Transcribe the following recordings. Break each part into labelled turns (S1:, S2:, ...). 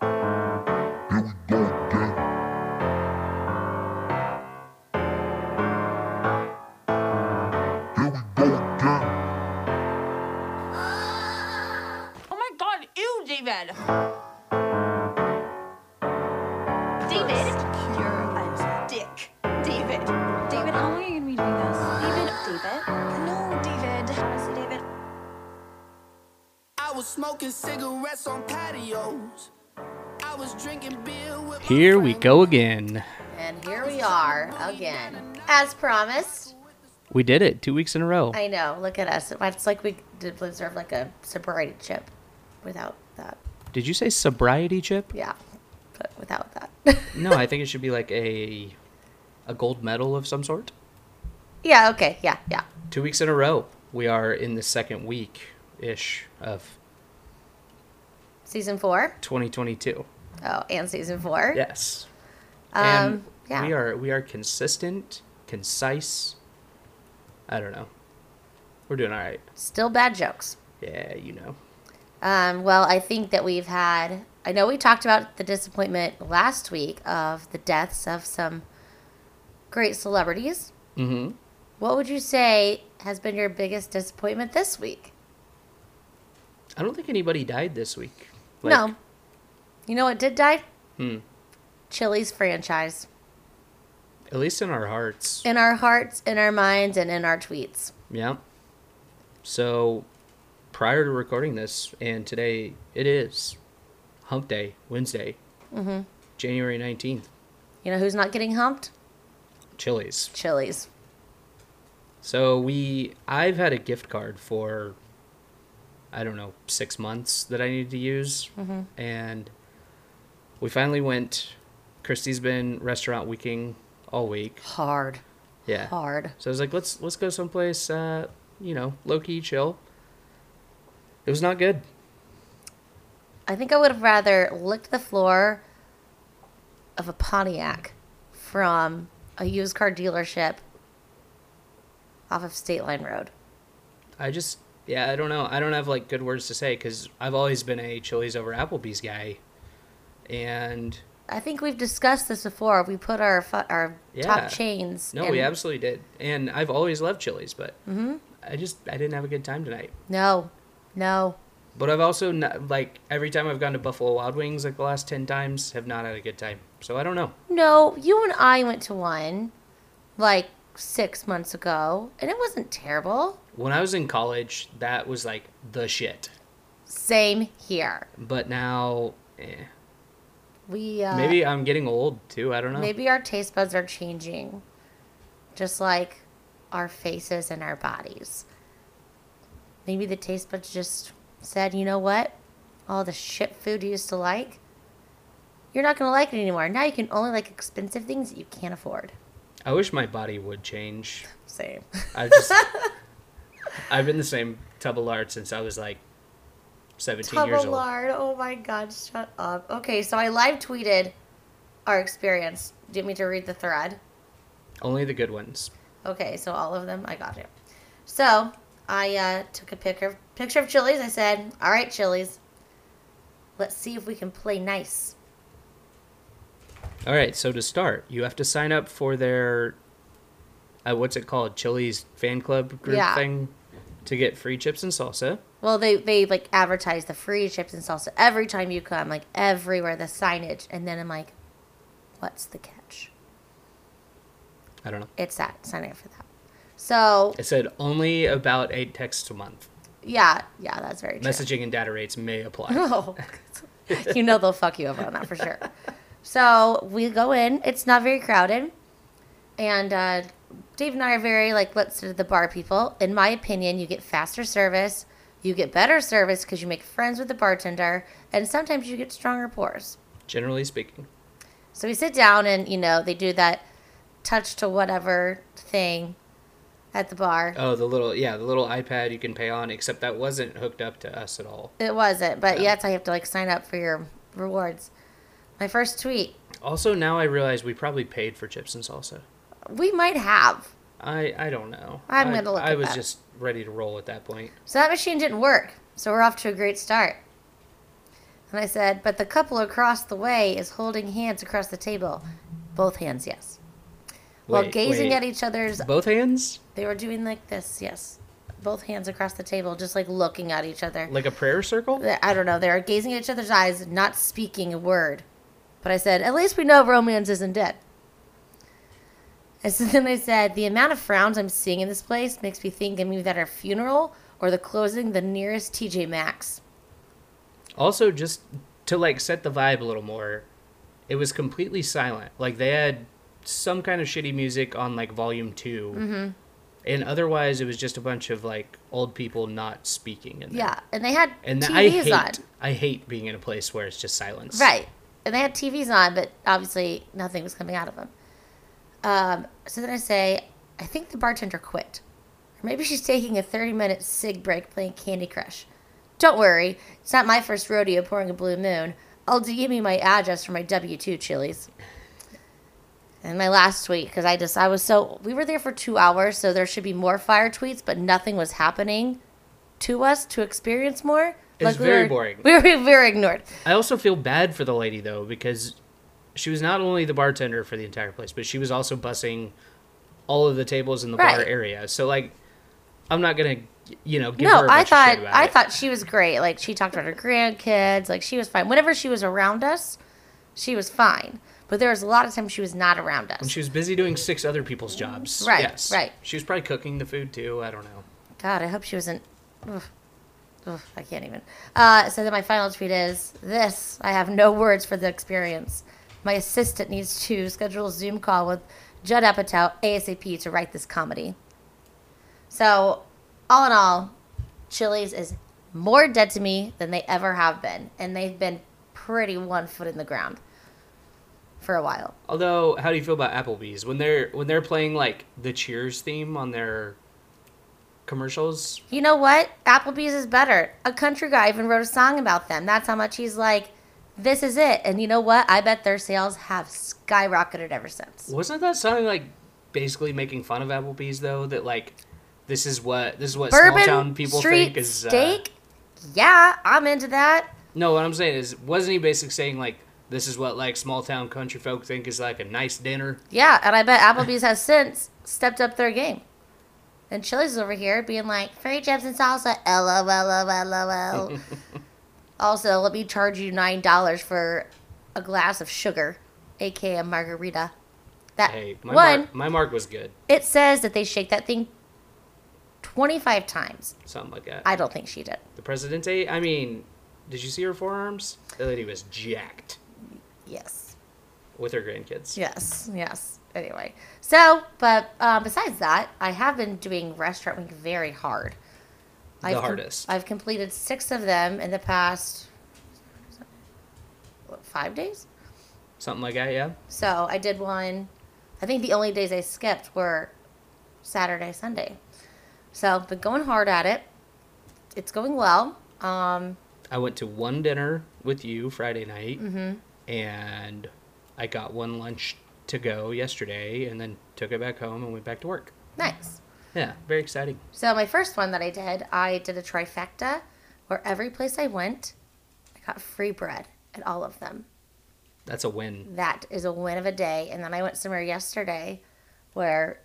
S1: Here we go again. Here we go again.
S2: Oh my god, ew, David!
S3: David, you're a dick. David, David, how long are you gonna be doing this? David, David, no, David. Honestly, David,
S4: I was smoking cigarettes on patios. I was drinking beer with my
S5: Here we go again.
S6: And here we are again. As promised.
S5: We did it two weeks in a row.
S6: I know. Look at us. It's like we did deserve like a sobriety chip without that.
S5: Did you say sobriety chip?
S6: Yeah. But without that.
S5: No, I think it should be like a a gold medal of some sort.
S6: yeah, okay. Yeah, yeah.
S5: Two weeks in a row. We are in the second week ish of
S6: Season four.
S5: 2022.
S6: Oh, and season four.
S5: Yes.
S6: Um,
S5: and
S6: yeah.
S5: we are we are consistent, concise. I don't know. We're doing all right.
S6: Still bad jokes.
S5: Yeah, you know.
S6: Um, well, I think that we've had. I know we talked about the disappointment last week of the deaths of some great celebrities.
S5: Mm-hmm.
S6: What would you say has been your biggest disappointment this week?
S5: I don't think anybody died this week.
S6: no. You know what did die?
S5: Hmm.
S6: Chili's franchise.
S5: At least in our hearts.
S6: In our hearts, in our minds, and in our tweets.
S5: Yeah. So, prior to recording this, and today it is Hump Day, Wednesday, mm-hmm. January 19th,
S6: You know who's not getting humped?
S5: Chili's.
S6: Chili's.
S5: So, we, I've had a gift card for, I don't know, six months that I needed to use. And we finally went. Christy's been restaurant weeking all week.
S6: Hard.
S5: Yeah.
S6: Hard.
S5: So I was like, let's let's go someplace, uh, you know, low key, chill. It was not good.
S6: I think I would have rather licked the floor of a Pontiac from a used car dealership off of State Line Road.
S5: I just, yeah, I don't know. I don't have like good words to say because I've always been a Chili's over Applebee's guy, and
S6: I think we've discussed this before. We put our fu- our
S5: Yeah.
S6: top chains.
S5: no,
S6: in-
S5: we absolutely did. And I've always loved Chili's, but
S6: Mm-hmm.
S5: I just I didn't have a good time tonight.
S6: No, no.
S5: But I've also not like every time I've gone to Buffalo Wild Wings like the last ten times have not had a good time. So I don't know.
S6: No, you and I went to one like six months ago, and it wasn't terrible.
S5: When I was in college, that was like the shit.
S6: Same here.
S5: But now, eh.
S6: We uh, maybe
S5: maybe I'm getting old too. I don't know.
S6: maybe our taste buds are changing, just like our faces and our bodies. Maybe the taste buds just said, you know what, all the shit food you used to like, you're not gonna like it anymore. Now you can only like expensive things that you can't afford.
S5: I wish my body would change.
S6: Same.
S5: I've just I've been the same tub of lard since I was like seventeen years old.
S6: Tubalard. Oh my god, shut up. Okay, so I live tweeted our experience. Do you want me to read the thread?
S5: Only the good ones.
S6: Okay, so all of them, I got it. So I uh, took a picture picture of Chili's. I said, "All right, Chili's, let's see if we can play nice."
S5: All right, so to start, you have to sign up for their uh, what's it called, Chili's fan club group
S6: Yeah.
S5: thing to get free chips and salsa.
S6: Well, they they like advertise the free chips and salsa every time you come, like everywhere the signage, and then I'm like, "What's the catch?"
S5: I don't know.
S6: It's that signing up for that. So
S5: It said only about eight texts a month.
S6: yeah, yeah, that's very true.
S5: Messaging and data rates may apply.
S6: Oh, you know they'll fuck you over on that for sure. So we go in. It's not very crowded, and uh, Dave and I are very like let's sit at the bar people. In my opinion, you get faster service, you get better service because you make friends with the bartender, and sometimes you get stronger pours.
S5: Generally speaking,
S6: So we sit down, and you know they do that touch to whatever thing at the bar.
S5: oh, the little yeah, the little iPad you can pay on. Except that wasn't hooked up to us at all.
S6: It wasn't, but yeah, that's how you have to like sign up for your rewards. My first tweet,
S5: Also, now I realize we probably paid for chips and salsa.
S6: we might have.
S5: I I don't know.
S6: I'm
S5: I-
S6: gonna look
S5: I
S6: at
S5: was
S6: that.
S5: just ready to roll at that point.
S6: So that machine didn't work. So we're off to a great start. And I said, But the couple across the way is holding hands across the table. Both hands, yes. while
S5: Wait,
S6: gazing
S5: wait.
S6: at each other's
S5: Both hands?
S6: They were doing like this, yes. Both hands across the table, just like looking at each other.
S5: Like a prayer circle?
S6: I don't know. They were gazing at each other's eyes, not speaking a word. But I said, at least we know romance isn't dead. And so then I said, the amount of frowns I'm seeing in this place makes me think I'm either at a funeral or the closing the nearest TJ Maxx.
S5: Also, just to like set the vibe a little more, it was completely silent. Like they had some kind of shitty music on like volume 2
S6: Mm-hmm.
S5: and otherwise it was just a bunch of like old people not speaking. In there.
S6: Yeah, and they had
S5: and
S6: TVs
S5: th- I hate
S6: on.
S5: I hate being in a place where it's just silence.
S6: Right. And they had TVs on, but obviously nothing was coming out of them. Um, so then I say, I think the bartender quit. Or maybe she's taking a 30 minute cig break playing Candy Crush. Don't worry, it's not my first rodeo pouring a blue moon. I'll DM you my address for my W 2 chilies. And my last tweet, because I just, I was so, we were there for two hours, so there should be more fire tweets, but nothing was happening to us to experience more.
S5: It was
S6: we
S5: very
S6: were-
S5: boring.
S6: We were, we were ignored.
S5: I also feel bad for the lady though because she was not only the bartender for the entire place, but she was also bussing all of the tables in the bar
S6: Right.
S5: area. So like, I'm not gonna you know give her
S6: No,
S5: a bunch
S6: I
S5: of shit
S6: thought
S5: about
S6: I
S5: it.
S6: thought she was great. Like she talked about her grandkids. Like she was fine. Whenever she was around us, she was fine. But there was a lot of times she was not around us.
S5: And she was busy doing six other people's jobs.
S6: Right,
S5: Yes.
S6: right.
S5: She was probably cooking the food too. I don't know.
S6: God, I hope she wasn't. Ugh. Ugh, I can't even. Uh, so then my final tweet is this: I have no words for the experience. My assistant needs to schedule a Zoom call with Judd Apatow ASAP to write this comedy. So, all in all, Chili's is more dead to me than they ever have been, and they've been pretty one foot in the ground for a while.
S5: Although, how do you feel about Applebee's when they're when they're playing like the Cheers theme on their commercials?
S6: You know what? Applebee's is better. A country guy even wrote a song about them. That's how much he's like, this is it. And you know what? I bet their sales have skyrocketed ever since.
S5: Wasn't that something like basically making fun of Applebee's though? That like this is what this is what small town
S6: Bourbon
S5: people
S6: Street
S5: think is
S6: steak? yeah, I'm into that.
S5: Uh, no, what I'm saying is, wasn't he basically saying like this is what like small town country folk think is like a nice dinner?
S6: Yeah, and I bet Applebee's has since stepped up their game. And Chili's is over here being like, free chips and salsa, lol. also, let me charge you $9 for a glass of sugar, aka a margarita. That
S5: Hey, my
S6: Uh, one.
S5: mark, my mark was good,
S6: It says that they shake that thing 25 times.
S5: something like that.
S6: I don't think she did.
S5: The Presidente, I mean, did you see her forearms? That lady was jacked
S6: Yes.
S5: with her grandkids.
S6: Yes. Yes. Anyway. So, but um, besides that, I have been doing restaurant week very hard.
S5: The
S6: com-
S5: hardest.
S6: I've completed six of them in the past what, five days.
S5: Something like that, yeah.
S6: So I did one. I think the only days I skipped were Saturday, Sunday. So, but going hard at it. It's going well. Um,
S5: I went to one dinner with you Friday night, and I got one lunch to go yesterday, and then took it back home and went back to work.
S6: nice.
S5: Yeah, very exciting.
S6: So my first one that I did, I did a trifecta where every place I went, I got free bread at all of them.
S5: That's a win.
S6: That is a win of a day. And then I went somewhere yesterday where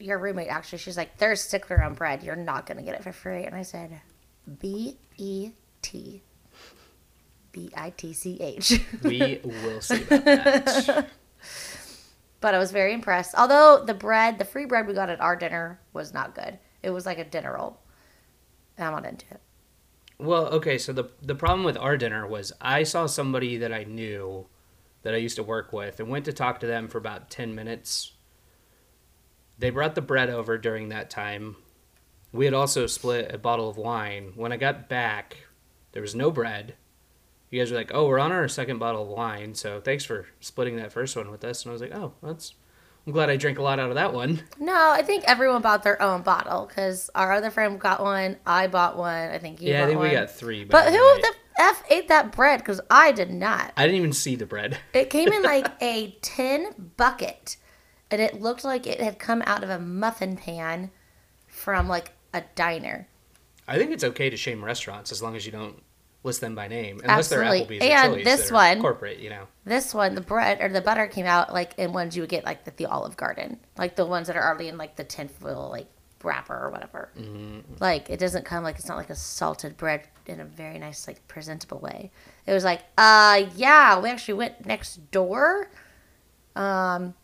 S6: your roommate actually, she's like, there's stickler on bread. You're not going to get it for free. And I said, B E T B I T C H.
S5: We will see about that.
S6: But I was very impressed. Although the bread, the free bread we got at our dinner was not good. It was like a dinner roll. And I'm not into it.
S5: Well, okay, so the the problem with our dinner was I saw somebody that I knew that I used to work with and went to talk to them for about 10 minutes. They brought the bread over during that time. We had also split a bottle of wine. When I got back, there was no bread. You guys were like, "Oh, we're on our second bottle of wine, so thanks for splitting that first one with us." And I was like, "Oh, that's I'm glad I drank a lot out of that one."
S6: No, I think everyone bought their own bottle because our other friend got one. I bought one. I think you.
S5: yeah,
S6: bought
S5: I think
S6: one.
S5: we got 3,
S6: But
S5: I
S6: who
S5: might-
S6: the f ate that bread? Because I did not.
S5: I didn't even see the bread.
S6: It came in like a tin bucket, and it looked like it had come out of a muffin pan from like a diner.
S5: I think it's okay to shame restaurants as long as you don't list them by name unless
S6: Absolutely.
S5: they're Applebee's
S6: And
S5: or Chili's.
S6: this
S5: they're
S6: one-
S5: corporate, you know.
S6: This one, the bread or the butter came out like in ones you would get like at the Olive Garden, like the ones that are already in like the tinfoil like wrapper or whatever.
S5: Mm-hmm.
S6: Like it doesn't come like it's not like a salted bread in a very nice like presentable way. It was like, uh, yeah, we actually went next door, um,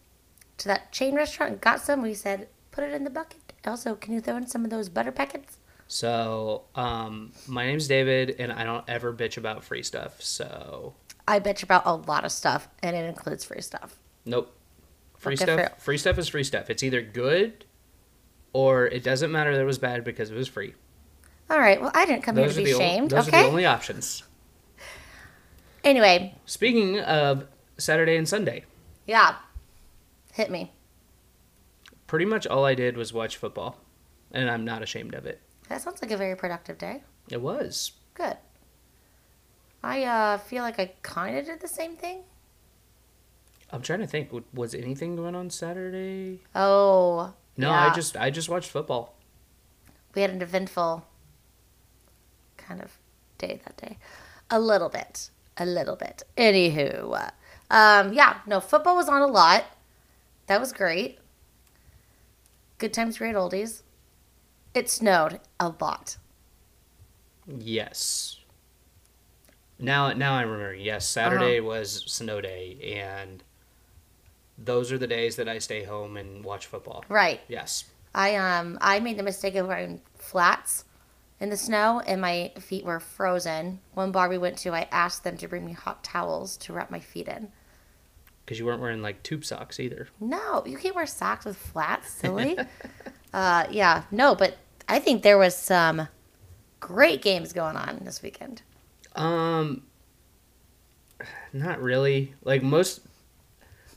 S6: to that chain restaurant and got some. We said, put it in the bucket. Also, can you throw in some of those butter packets?
S5: So, um, my name's David, and I don't ever bitch about free stuff. So,
S6: I bitch about a lot of stuff, and it includes free stuff.
S5: nope. Free
S6: Okay,
S5: stuff.
S6: fair.
S5: Free stuff is free stuff. It's either good, or it doesn't matter that it was bad because it was free.
S6: All right. Well, I didn't come
S5: Those are
S6: here
S5: the
S6: to be
S5: ol-
S6: shamed.
S5: those
S6: okay.
S5: are the only options.
S6: Anyway,
S5: Speaking of Saturday and Sunday,
S6: yeah, hit me.
S5: pretty much all I did was watch football, and I'm not ashamed of it.
S6: That sounds like a very productive day.
S5: It was.
S6: Good. I uh, feel like I kind of did the same thing.
S5: I'm trying to think. w- Was anything going on Saturday?
S6: Oh,
S5: No, I
S6: yeah.
S5: just I just watched football.
S6: we had an eventful kind of day that day. A little bit, a little bit. Anywho, uh, um, yeah, no, football was on a lot. That was great. Good times, great oldies. It snowed a lot.
S5: Yes. Now, now I remember. Yes, Saturday was snow day, and those are the days that I stay home and watch football.
S6: Right.
S5: Yes,
S6: I um I made the mistake of wearing flats in the snow and my feet were frozen. One bar we went to, I asked them to bring me hot towels to wrap my feet in.
S5: because you weren't wearing like tube socks either.
S6: No, you can't wear socks with flats, silly. uh yeah, no, but I think there was some great games going on this weekend.
S5: Um, not really. Like most,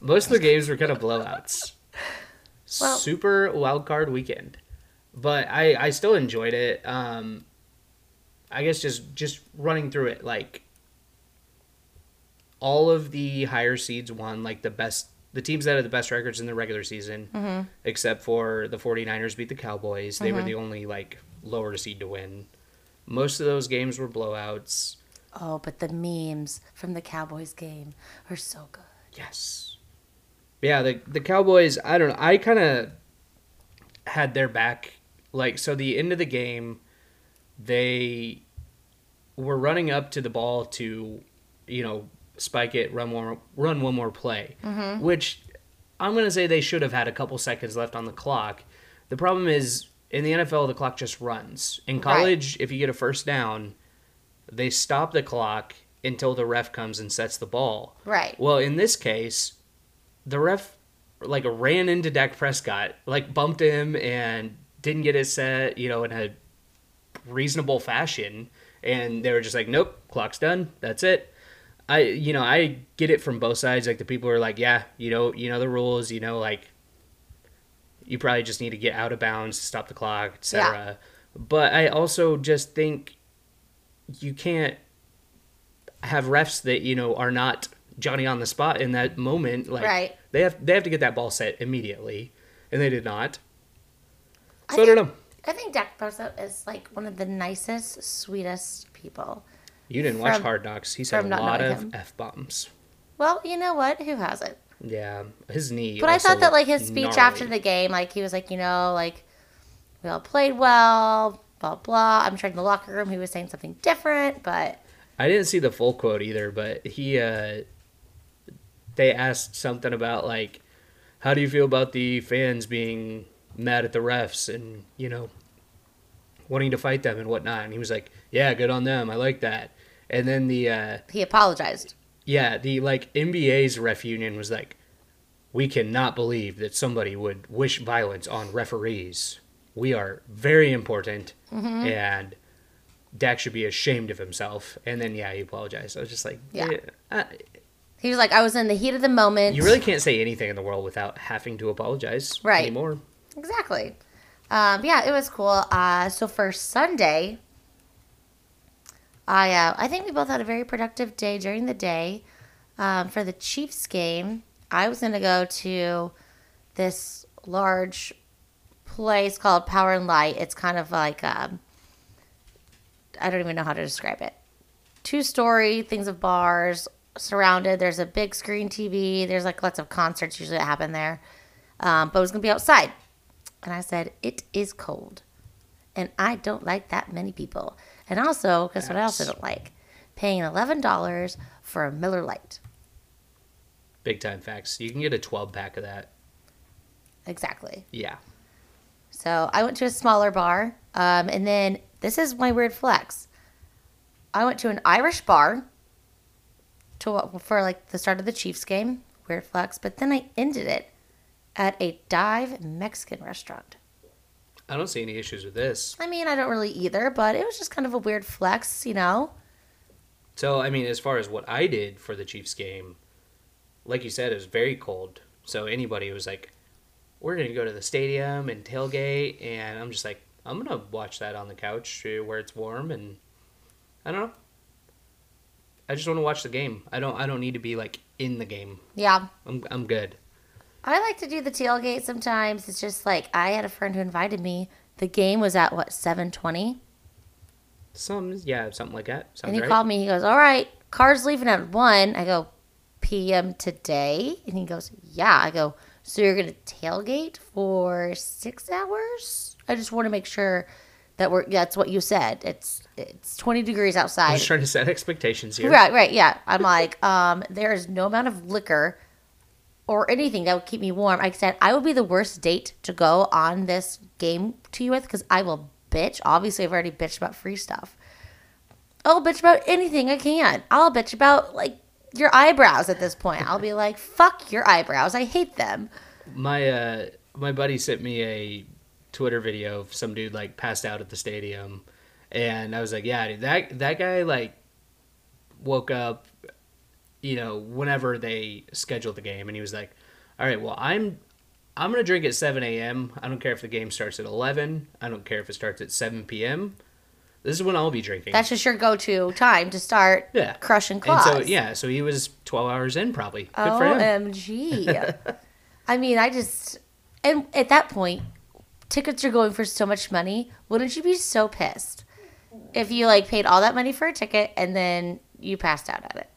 S5: most of the games were kind of blowouts.
S6: Well-
S5: Super wild card weekend, but I I still enjoyed it. Um, I guess just just running through it like all of the higher seeds won like the best the teams that had the best records in the regular season except for the 49ers beat the cowboys they were the only like lower seed to win most of those games were blowouts
S6: Oh, but the memes from the Cowboys game are so good.
S5: Yes. Yeah, the the Cowboys, I don't know. I kind of had their back like so the end of the game they were running up to the ball to, you know, spike it, run one more- run one more play, which I'm going to say they should have had a couple seconds left on the clock. The problem is in the NFL the clock just runs. In college, if you get a first down, they stop the clock until the ref comes and sets the ball.
S6: Right.
S5: Well, in this case, the ref like ran into Dak Prescott, like bumped him and didn't get his set, you know, in a reasonable fashion, and they were just like, "Nope, clock's done. That's it." I, you know, I get it from both sides. Like the people are like, "Yeah, you know, you know the rules. You know, like you probably just need to get out of bounds, stop the clock, etc." But I also just think you can't have refs that you know are not Johnny on the spot in that moment. Like
S6: Right.
S5: they have they have to get that ball set immediately, and they did not.
S6: I
S5: So I, don't
S6: think-
S5: know.
S6: I think Dak Prescott is like one of the nicest, sweetest people.
S5: You didn't watch
S6: from-
S5: Hard Knocks. He said a
S6: from not
S5: lot
S6: knowing
S5: of
S6: him.
S5: f bombs.
S6: Well, you know what? Who hasn't?
S5: Yeah, his knee.
S6: But I
S5: also
S6: thought that like his
S5: looked
S6: speech
S5: gnarly.
S6: after the game, like he was like, you know, like we all played well, blah blah. I'm sure in the locker room he was saying something different, but
S5: I didn't see the full quote either, but he uh they asked something about like how do you feel about the fans being mad at the refs and, you know, wanting to fight them and whatnot. And he was like, Yeah, good on them. I like that. And then the uh
S6: he apologized.
S5: yeah, the like NBA's ref union was like, we cannot believe that somebody would wish violence on referees. We are very important,
S6: Mm-hmm.
S5: and Dak should be ashamed of himself. And then yeah, he apologized. I was just like,
S6: Yeah.
S5: yeah, uh,
S6: He was like, I was in the heat of the moment.
S5: you really can't say anything in the world without having to apologize
S6: Right.
S5: anymore.
S6: exactly. Um, yeah, it was cool. Uh, so for Sunday, I uh, I think we both had a very productive day during the day. Um, for the Chiefs game, I was gonna go to this large place called Power and Light. It's kind of like um, I don't even know how to describe it. two story things of bars surrounded. There's a big screen TV. There's like lots of concerts usually that happen there. Um, but it was going to be outside. And I said, It is cold. And I don't like that many people. And also, guess what I also
S5: That's-
S6: don't like? Paying $11 for a Miller Lite.
S5: Big time facts. You can get a 12 pack of that.
S6: Exactly.
S5: Yeah.
S6: So I went to a smaller bar. Um, and then this is my weird flex. I went to an Irish bar to for like the start of the Chiefs game. Weird flex. But then I ended it at a dive Mexican restaurant.
S5: I don't see any issues with this.
S6: I mean, I don't really either, but it was just kind of a weird flex, you know?
S5: So, I mean, as far as what I did for the Chiefs game, like you said, it was very cold. So, anybody was like, we're going to go to the stadium and tailgate. And I'm just like, I'm going to watch that on the couch uh, where it's warm. And I don't know. I just want to watch the game. I don't, I don't need to be like in the game.
S6: Yeah.
S5: I'm, I'm good.
S6: I like to do the tailgate sometimes. It's just like I had a friend who invited me. The game was at what, 720?
S5: Some, yeah, something like that. Sounds
S6: And he
S5: right.
S6: called me. He goes, All right, car's leaving at 1. I go, PM today? And he goes, Yeah. I go, So you're going to tailgate for six hours? I just want to make sure that we're, that's what you said. It's, it's 20 degrees
S5: I'm
S6: outside.
S5: just trying to set expectations here.
S6: Right, right, yeah. I'm like, um, there is no amount of liquor or anything that would keep me warm. I said I would be the worst date to go on this game to you with because I will bitch. Obviously, I've already bitched about free stuff. I'll bitch about anything I can. I'll bitch about like your eyebrows at this point. I'll be like, fuck your eyebrows. I hate them.
S5: My uh, my buddy sent me a Twitter video of some dude like passed out at the stadium, and I was like, yeah, dude, that that guy like woke up, you know, whenever they scheduled the game, and he was like, all right, well, I'm I'm gonna drink at 7 a.m. I don't care if the game starts at 11. I don't care if it starts at 7 p.m. This is when I'll be drinking.
S6: That's just your go to time to start
S5: yeah,
S6: crushing
S5: and
S6: claws. Oh,
S5: so yeah, so he was 12 hours in probably. Good for him.
S6: OMG. I mean, I just, and at that point, tickets are going for so much money. Wouldn't you be so pissed if you like paid all that money for a ticket and then you passed out at it?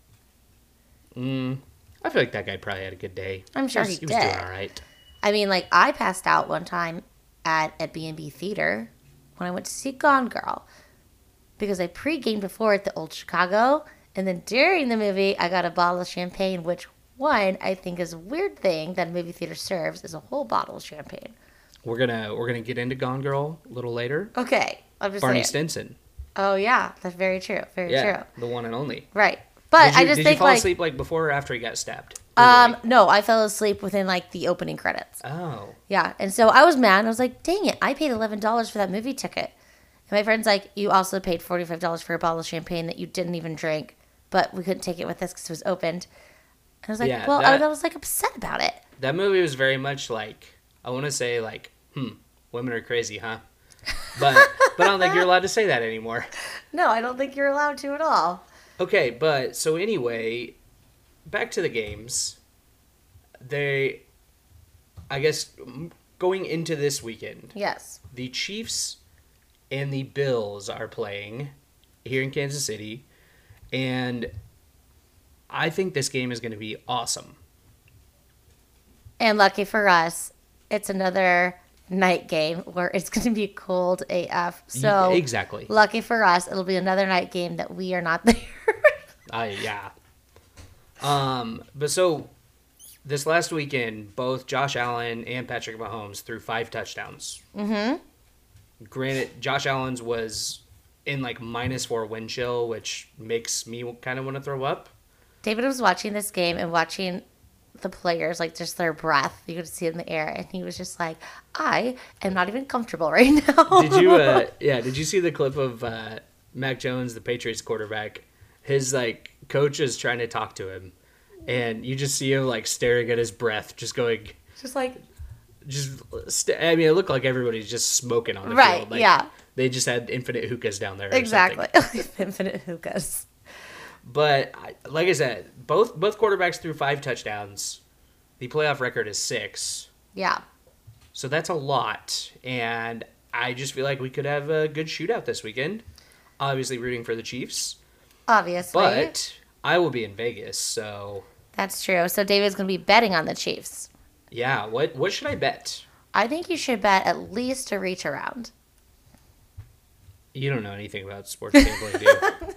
S5: I feel like that guy probably had a good day.
S6: I'm sure
S5: he was,
S6: he
S5: was doing
S6: did.
S5: all right.
S6: I mean, like I passed out one time at a B&B theater when I went to see Gone Girl because I pre-gamed before at the Old Chicago, and then during the movie I got a bottle of champagne, which one I think is a weird thing that a movie theater serves is a whole bottle of champagne.
S5: We're gonna we're gonna get into Gone Girl a little later.
S6: Okay, I'm just
S5: Barney
S6: saying.
S5: Stinson,
S6: Oh yeah, that's very true. Very
S5: yeah,
S6: true.
S5: the one and only.
S6: Right. But
S5: did you,
S6: I just
S5: did
S6: think
S5: you fall
S6: like
S5: asleep like before or after he got stabbed?
S6: um no, I fell asleep within like the opening credits.
S5: oh,
S6: Yeah. And so I was mad. I was like, "Dang it, I paid $11 for that movie ticket." And my friend's like, "You also paid $45 for a bottle of champagne that you didn't even drink, but we couldn't take it with us cuz it was opened." And I was like,
S5: Yeah,
S6: "Well,
S5: that-
S6: I was like upset about it."
S5: that movie was very much like I want to say like, hmm, women are crazy, huh? But but I don't think you're allowed to say that anymore.
S6: No, I don't think you're allowed to at all.
S5: Okay, but so anyway, back to the games. They, I guess, m- going into this weekend,
S6: Yes.
S5: the Chiefs and the Bills are playing here in Kansas City, and I think this game is going to be awesome.
S6: And lucky for us, it's another night game where it's going to be cold AF. So
S5: Y- exactly,
S6: Lucky for us, it'll be another night game that we are not there.
S5: I yeah. Um, but so this last weekend, both Josh Allen and Patrick Mahomes threw five touchdowns. Mm-hmm. Granted, Josh Allen's was in like minus four wind chill, which makes me kind of want to throw up.
S6: David was watching this game and watching the players, like just their breath. You could see it in the air. And he was just like, I am not even comfortable right now.
S5: did you uh yeah did you see the clip of uh mac jones the patriots quarterback his like coach is trying to talk to him and you just see him like staring at his breath just going
S6: just like,
S5: just st- i mean it looked like everybody's just smoking on the
S6: Right,
S5: field like,
S6: yeah.
S5: they just had infinite hookahs down there or something.
S6: exactly. Infinite hookahs.
S5: but I- like i said both both quarterbacks threw five touchdowns the playoff record is six
S6: Yeah.
S5: so that's a lot and i just feel like we could have a good shootout this weekend obviously rooting for the chiefs
S6: obviously.
S5: But I will be in Vegas, so
S6: That's true. So David's going to be betting on the Chiefs.
S5: yeah. What what should I bet?
S6: I think you should bet at least a reach around.
S5: You don't know anything about sports gambling, do you?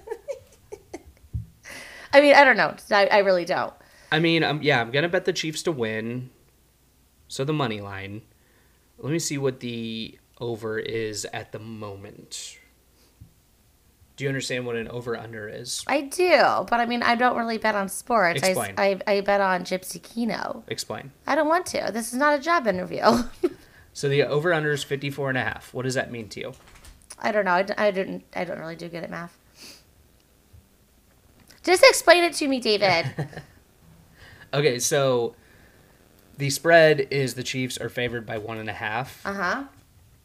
S6: I mean, I don't know. I, I really don't.
S5: I mean, um, yeah, I'm gonna bet the Chiefs to win. So the money line. Let me see what the over is at the moment. Do you understand what an over under is?
S6: I do, but I mean, I don't really bet on sports. I,
S5: Explain.
S6: I, I bet on Gypsy Kino.
S5: Explain.
S6: I don't want to. This is not a job interview.
S5: So the over under is 54 and a half. What does that mean to you?
S6: I don't know. I, d- I didn't. I don't really do good at math. Just explain it to me, David.
S5: Okay, so the spread is the Chiefs are favored by one and a half.
S6: uh huh.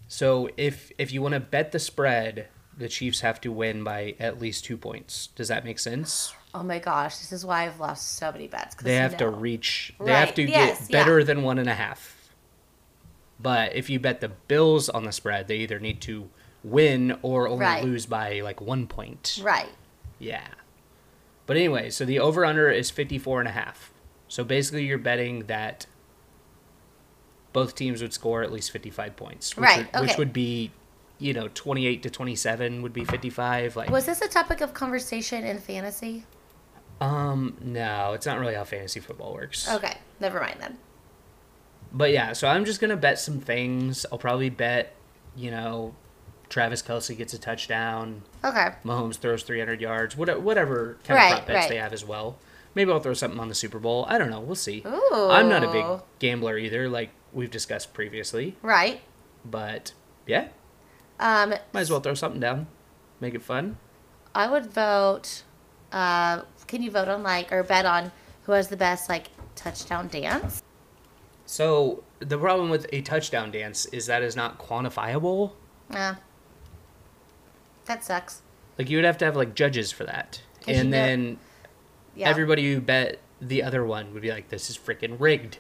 S5: So if if you want to bet the spread, the Chiefs have to win by at least two points. Does that make sense?
S6: Oh my gosh, this is why I've lost so many bets. 'cause
S5: they have to
S6: no.
S5: reach they
S6: Right,
S5: have to
S6: yes,
S5: get
S6: yeah.
S5: better than one and a half but if you bet the bills on the spread they either need to win or only
S6: Right.
S5: lose by like one point
S6: Right.
S5: yeah but anyway so the over under is 54 and a half so basically you're betting that both teams would score at least 55 points which,
S6: Right,
S5: would,
S6: okay.
S5: which would be you know 28 to 27 would be 55 like
S6: Was this a topic of conversation in fantasy?
S5: um no it's not really how fantasy football works
S6: Okay, never mind then.
S5: But yeah, so I'm just gonna bet some things. I'll probably bet, you know, Travis Kelsey gets a touchdown,
S6: Okay.
S5: Mahomes throws 300 yards, whatever, whatever kind
S6: Right,
S5: of prop bets
S6: right.
S5: they have as well. Maybe I'll throw something on the Super Bowl. I don't know. We'll see.
S6: Ooh.
S5: I'm not a
S6: Oh.
S5: big gambler either, like we've discussed previously.
S6: Right.
S5: But yeah,
S6: Um,
S5: might as well throw something down, make it fun.
S6: I would vote. Uh, can you vote on like or bet on who has the best like touchdown dance?
S5: So the problem with a touchdown dance is that is not quantifiable.
S6: Uh, that sucks.
S5: Like you would have to have like judges for that,
S6: you
S5: and
S6: know-
S5: then.
S6: Yeah.
S5: Everybody who bet the other one would be like, "This is freaking rigged."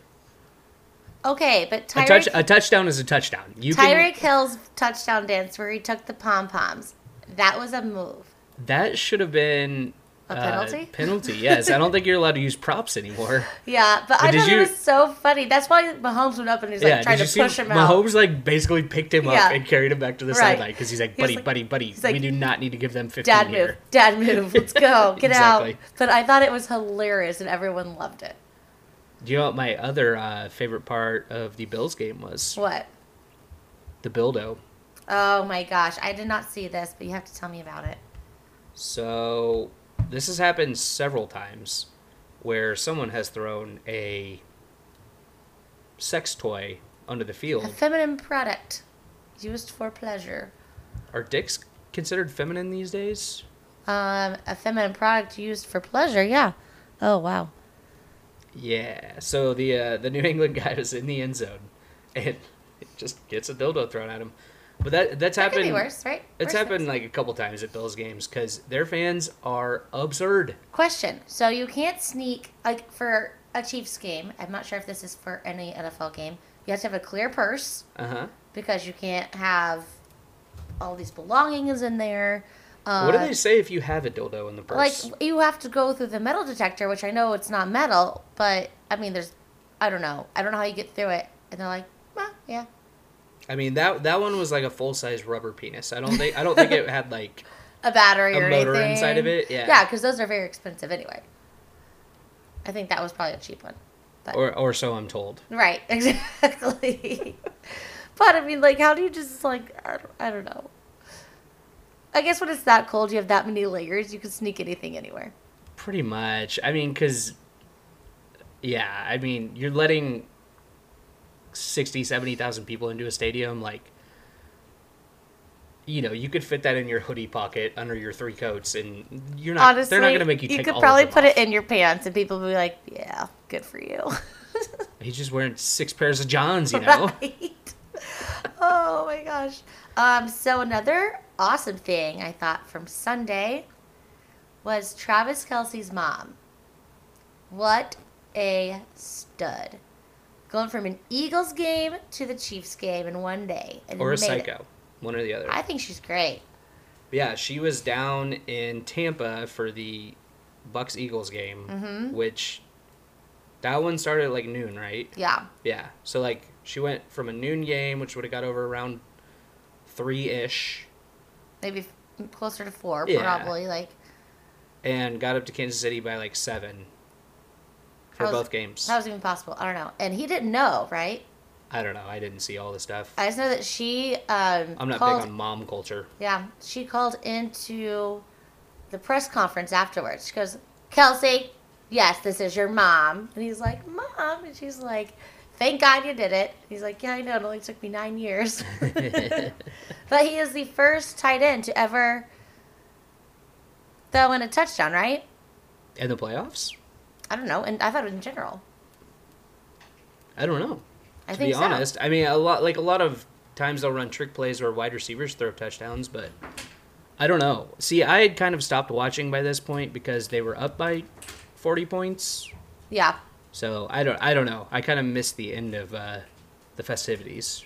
S6: okay, but
S5: A, touch,
S6: Tyreek
S5: a touchdown is a touchdown. You
S6: Tyreek
S5: can
S6: Hill's touchdown dance where he took the pom poms. That was a move.
S5: that should have been
S6: A
S5: uh,
S6: penalty?
S5: penalty, yes. I don't think you're allowed to use props anymore.
S6: Yeah, but, I
S5: did
S6: thought
S5: you-
S6: it was so funny. That's why Mahomes went up and he's like
S5: yeah,
S6: trying to
S5: did you see
S6: push him out.
S5: Mahomes like basically picked him
S6: Yeah.
S5: up and carried him back to the
S6: Right.
S5: sideline because he's like,
S6: He was
S5: "Buddy,
S6: like-
S5: buddy, buddy,
S6: like,
S5: we do not need to give them 15
S6: Dad
S5: here."
S6: move, dad move. Let's go, get
S5: Exactly.
S6: out. But I thought it was hilarious and everyone loved it.
S5: Do you know what my other uh, favorite part of the Bills game was?
S6: What?
S5: The buildo.
S6: Oh my gosh, I did not see this, but you have to tell me about it.
S5: So this has happened several times where someone has thrown a sex toy under the
S6: A
S5: field.
S6: feminine product used for pleasure.
S5: Are dicks considered feminine these days?
S6: Um, a feminine product used for pleasure. Yeah. Oh wow.
S5: Yeah. So the uh, the New England guy was in the end zone and it just gets a dildo thrown at him. But that that's
S6: That could
S5: happened
S6: be worse, right?
S5: It's
S6: Worse
S5: happened
S6: things.
S5: like a couple times at Bills games because their fans are absurd.
S6: Question: So you can't sneak like for a Chiefs game. I'm not sure if this is for any NFL game. You have to have a clear purse
S5: Uh huh.
S6: because you can't have all these belongings in there. Uh,
S5: what do they say if you have a dildo in the purse?
S6: Like you have to go through the metal detector, which I know it's not metal, but I mean, there's, I don't know, I don't know how you get through it. And they're like, well, yeah,
S5: I mean that that one was like a full size rubber penis. I don't think I don't think it had like
S6: a battery
S5: A
S6: or
S5: motor
S6: anything.
S5: inside of it? Yeah.
S6: Yeah, because those are very expensive anyway. I think that was probably a cheap one.
S5: or or so I'm told.
S6: Right, exactly. but I mean, like, how do you just like, I don't, I don't know. I guess when it's that cold, you have that many layers, you can sneak anything anywhere.
S5: Pretty much. I mean cuz yeah, I mean you're letting 60 70,000 people into a stadium like you know, you could fit that in your hoodie pocket under your three coats and you're not
S6: Honestly,
S5: they're not going to make you take
S6: could
S5: all of
S6: probably
S5: them
S6: put
S5: off.
S6: it in your pants, and people would be like, "Yeah, good for you."
S5: He's just wearing six pairs of johns, you know.
S6: Right. oh my gosh. Um, so another awesome thing I thought from Sunday was Travis Kelsey's mom. What a stud. Going from an Eagles game to the Chiefs game in one day. And
S5: Or a
S6: made it.
S5: psycho. One or the other.
S6: I think she's great.
S5: yeah, she was down in Tampa for the Bucks Eagles game,
S6: Mm-hmm.
S5: which that one started at like noon, right?
S6: Yeah.
S5: Yeah. So like she went from a noon game, which would have got over around three ish,
S6: Maybe f- closer to four,
S5: Yeah.
S6: probably. Like
S5: and got up to Kansas City by like seven for
S6: How's-
S5: both games.
S6: that was even possible. I don't know. And he didn't know, right?
S5: I don't know. I didn't see all the stuff.
S6: I just know that she um
S5: I'm not
S6: called
S5: big on mom culture.
S6: Yeah, she called into the press conference afterwards. She goes, Kelsey, yes, this is your mom. And he's like, Mom. And she's like, Thank God you did it. He's like, Yeah, I know. It only took me nine years. but he is the first tight end to ever throw in a touchdown, right?
S5: In the playoffs?
S6: I don't know. And I thought in general.
S5: I don't know.
S6: I
S5: to
S6: think
S5: be
S6: so.
S5: honest, I mean a lot like a lot of times they'll run trick plays where wide receivers throw touchdowns, but I don't know. See, I had kind of stopped watching by this point because they were up by 40 points.
S6: Yeah.
S5: So I don't I don't know. I kind of missed the end of uh, the festivities.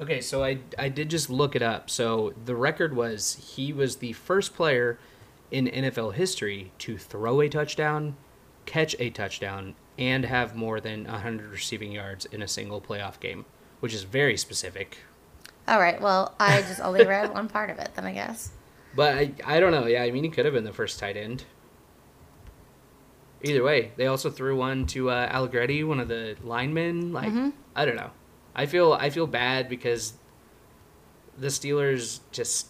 S5: Okay, so I I did just look it up. So the record was he was the first player in NFL history to throw a touchdown, catch a touchdown, and have more than 100 receiving yards in a single playoff game, which is very specific.
S6: All right. Well, I just only read one part of it then, I guess.
S5: But I, I don't know. Yeah, I mean, he could have been the first tight end. Either way, they also threw one to uh, Allegretti, one of the linemen. Like,
S6: Mm-hmm.
S5: I don't know. I feel I feel bad because the Steelers just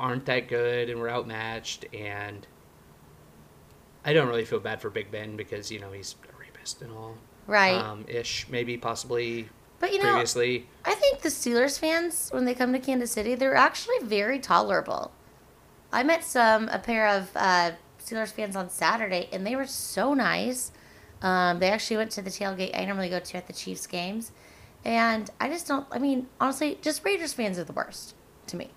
S5: aren't that good, and we're outmatched. And I don't really feel bad for Big Ben because you know he's a rapist and all,
S6: Right.
S5: Um, ish, maybe possibly
S6: but you know,
S5: previously.
S6: I think the Steelers fans, when they come to Kansas City, they're actually very tolerable. I met some a pair of uh, Steelers fans on Saturday, and they were so nice. Um, they actually went to the tailgate I normally go to at the Chiefs games, and I just don't. I mean, honestly, just Raiders fans are the worst to me.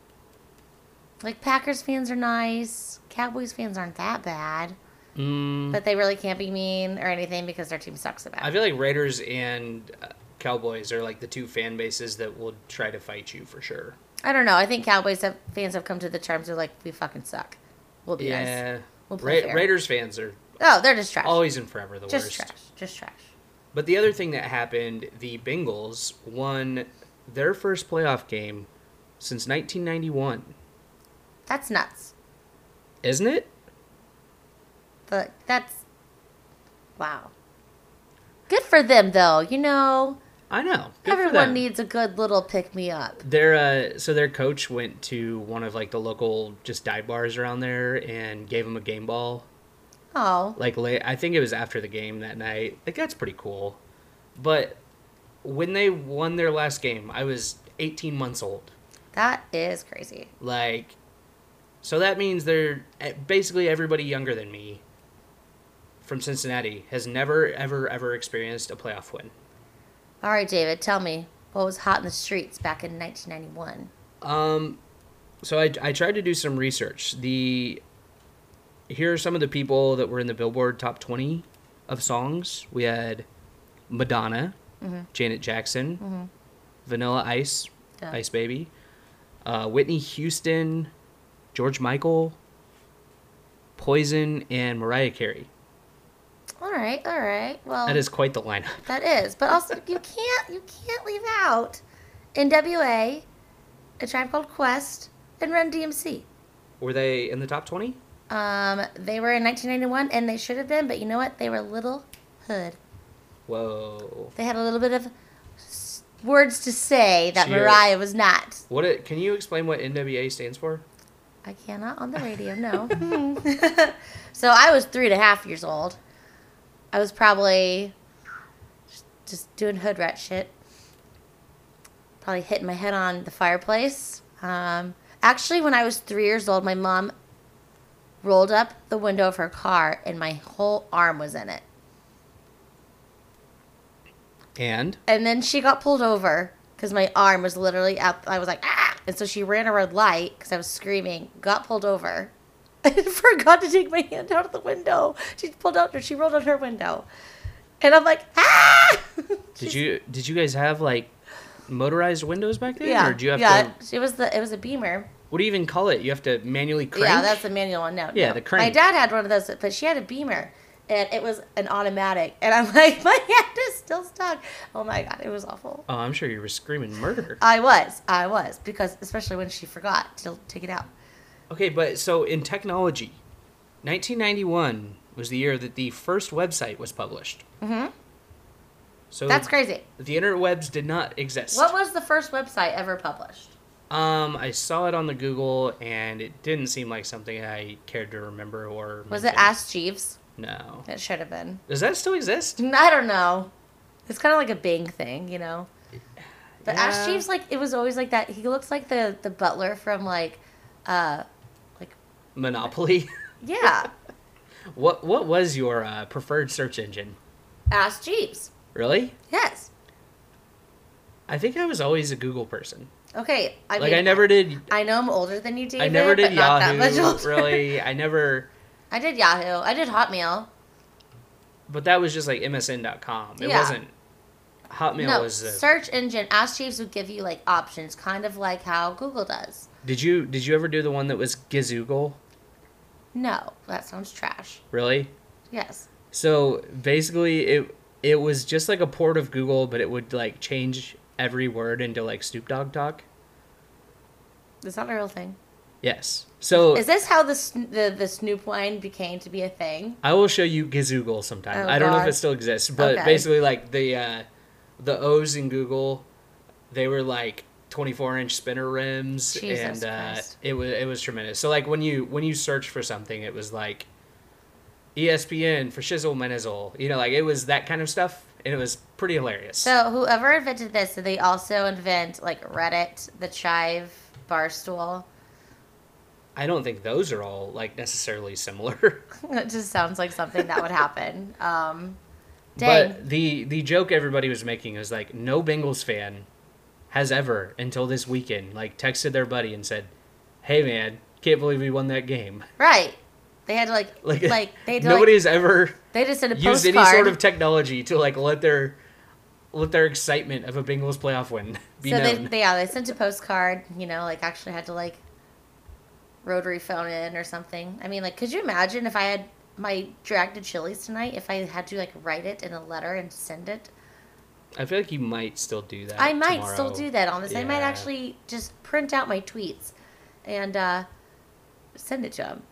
S6: Like Packers fans are nice, Cowboys fans aren't that bad,
S5: Mm,
S6: but they really can't be mean or anything because their team sucks so bad.
S5: I feel like Raiders and uh, Cowboys are like the two fan bases that will try to fight you for sure.
S6: I don't know. I think Cowboys have, fans have come to the terms of like we fucking suck. We'll be nice.
S5: Yeah.
S6: We'll
S5: Ra-
S6: play fair.
S5: Raiders fans are
S6: Oh, they're just trash.
S5: always and forever the
S6: just
S5: worst.
S6: trash. Just trash.
S5: But the other thing that happened, the Bengals won their first playoff game since 1991.
S6: That's nuts.
S5: Isn't it?
S6: But that's wow. Good for them though. You know,
S5: I know. Good for
S6: everyone
S5: them.
S6: needs a good little pick me up.
S5: their uh, so their coach went to one of like the local just dive bars around there and gave him a game ball
S6: Oh,
S5: like late i think it was after the game that night like that's pretty cool but when they won their last game i was 18 months old
S6: that is crazy.
S5: like so that means they're eh, basically everybody younger than me from cincinnati has never ever ever experienced a playoff win
S6: All right, David, tell me what was hot in the streets back in 1991.
S5: Um, so I, I tried to do some research. The here are some of the people that were in the Billboard Top 20 of songs. We had Madonna, Janet Jackson, Vanilla Ice,
S6: Yeah.
S5: Ice Baby, uh, Whitney Houston, George Michael, Poison, and Mariah Carey.
S6: All right, all right. Well,
S5: That is quite the lineup.
S6: That is, but also you can't you can't leave out N.W.A., A Tribe Called Quest, and Run DMC.
S5: Were they in the top 20?
S6: Um, they were in 1991, and they should have been, but you know what? They were a little hood.
S5: Whoa.
S6: They had a little bit of s- words to say that
S5: Cheer.
S6: Mariah was not.
S5: What it, can you explain what NWA stands for?
S6: I cannot on the radio, no. so I was three and a half years old. I was probably just doing hood rat shit. Probably hitting my head on the fireplace. Um, actually, when I was three years old, my mom rolled up the window of her car and my whole arm was in it.
S5: And
S6: And then she got pulled over because my arm was literally up. I was like, ah! And so she ran a red light because I was screaming, got pulled over, and forgot to take my hand out of the window. She pulled out, she rolled out her window. And I'm like, ah!
S5: Did you did you guys have like motorized windows back then,
S6: Yeah.
S5: or do you have
S6: yeah,
S5: to?
S6: it was the it was a Beamer.
S5: What do you even call it? You have to manually crank.
S6: Yeah, that's the manual one. No,
S5: Yeah,
S6: no.
S5: the crank.
S6: My dad had one of those, but she had a Beamer, and it was an automatic. And I'm like, my hand is still stuck. Oh my god, it was awful.
S5: Oh, I'm sure you were screaming murder.
S6: I was, I was, because especially when she forgot to take it out.
S5: Okay, but so in technology, 1991 was the year that the first website was published. Mm-hmm. So
S6: That's crazy.
S5: The interwebs did not exist.
S6: What was the first website ever published?
S5: Um, I saw it on the Google, and it didn't seem like something I cared to remember or.
S6: Was it
S5: mention.
S6: Ask Jeeves?
S5: No.
S6: It should have been.
S5: Does that still exist?
S6: I don't know. It's kind of like a Bing thing, you know. But Ash
S5: Yeah.
S6: Jeeves, like, it was always like that. He looks like the the butler from like, uh,
S5: Monopoly.
S6: yeah,
S5: what What was your uh, preferred search engine?
S6: Ash Jeeves.
S5: Really?
S6: Yes.
S5: I think I was always a Google person.
S6: Okay. I
S5: like
S6: mean,
S5: I never did.
S6: I know I'm older than you, David.
S5: I never did
S6: but not that much
S5: Yahoo.
S6: older.
S5: Really, I never.
S6: I did Yahoo. I did Hotmail.
S5: But that was just like MSN.com. It
S6: Yeah.
S5: wasn't. Hotmail
S6: no,
S5: was. The,
S6: search engine. Ask Jeeves would give you like options, kind of like how Google does.
S5: did you Did you ever do the one that was Gizoogle?
S6: No, that sounds trash.
S5: Really?
S6: Yes.
S5: So basically, it it was just like a port of Google, but it would like change every word into like Snoop Dogg talk.
S6: It's not a real thing.
S5: Yes. So
S6: Is this how the Sn- the the Snoop wine became to be a thing?
S5: I will show you Gizoogle sometime.
S6: Oh,
S5: I don't know if it
S6: God.
S5: still exists, but
S6: Okay.
S5: basically, like the uh, the O's in Google, they were like 24 inch spinner rims,
S6: Jesus
S5: and uh,
S6: Christ.
S5: it was it was tremendous. So like when you when you search for something, it was like E ESPN for shizzle menizzle, you know, like it was that kind of stuff, and it was pretty hilarious.
S6: So whoever invented this, did they also invent like Reddit, the Chive, Barstool?
S5: I don't think those are all like necessarily similar.
S6: it just sounds like something that would happen. Um, dang.
S5: but the the joke everybody was making was like no Bengals fan has ever until this weekend like texted their buddy and said, "Hey man, can't believe we won that game."
S6: right. They had to like
S5: Like,
S6: like, they had to,
S5: nobody
S6: like,
S5: has ever
S6: they just did a
S5: used
S6: postcard.
S5: any sort of technology to like let their let their excitement of a Bengals playoff win be
S6: so they,
S5: known.
S6: they yeah they sent a postcard. You know, like actually had to like rotary phone in or something. I mean, like could you imagine if I had my drag to Chili's tonight? If I had to like write it in a letter and send it.
S5: I feel like you might still do that.
S6: I might still
S5: tomorrow.
S6: do that on this. I might
S5: Yeah.
S6: actually just print out my tweets and uh, send it to them.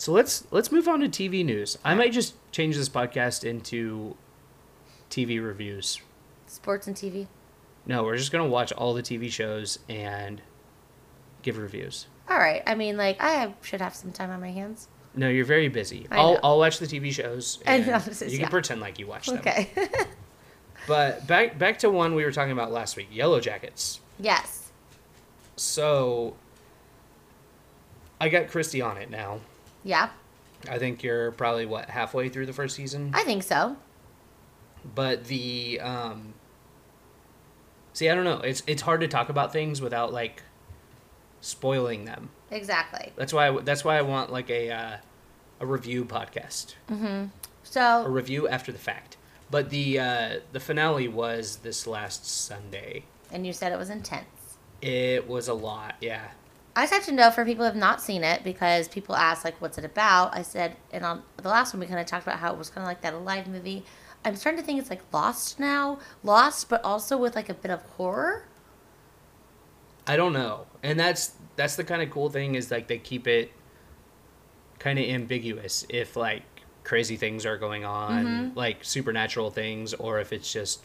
S5: So let's let's move on to TV news. I might just change this podcast into TV reviews
S6: Sports and TV.
S5: No, we're just gonna watch all the TV shows and give reviews.
S6: All right. I mean, like, I have, should have some time on my hands.
S5: No, you're very busy.
S6: I
S5: I'll
S6: know.
S5: I'll watch the TV shows.
S6: I
S5: And
S6: know, this is-
S5: you can
S6: yeah.
S5: pretend like you watch them.
S6: Okay.
S5: But back back to one we were talking about last week, Yellow Jackets.
S6: yes.
S5: So I got Christy on it now.
S6: Yeah.
S5: I think you're probably what halfway through the first season.
S6: I think so.
S5: but the um see, I don't know. It's it's hard to talk about things without like spoiling them.
S6: Exactly.
S5: That's why. I, that's why I want like a uh, a review podcast,
S6: Oh.
S5: a
S6: So,
S5: review after the fact. But the uh, the finale was this last Sunday.
S6: and you said it was intense.
S5: It was a lot. Yeah.
S6: I just have to know for people who have not seen it because people ask like, "What's it about?" I said, and on the last one we kind of talked about how it was kind of like that alive movie. I'm starting to think it's like Lost now, Lost, but also with like a bit of horror.
S5: I don't know, and that's that's the kind of cool thing is like they keep it kind of ambiguous if like crazy things are going on,
S6: Mm-hmm.
S5: like supernatural things, or if it's just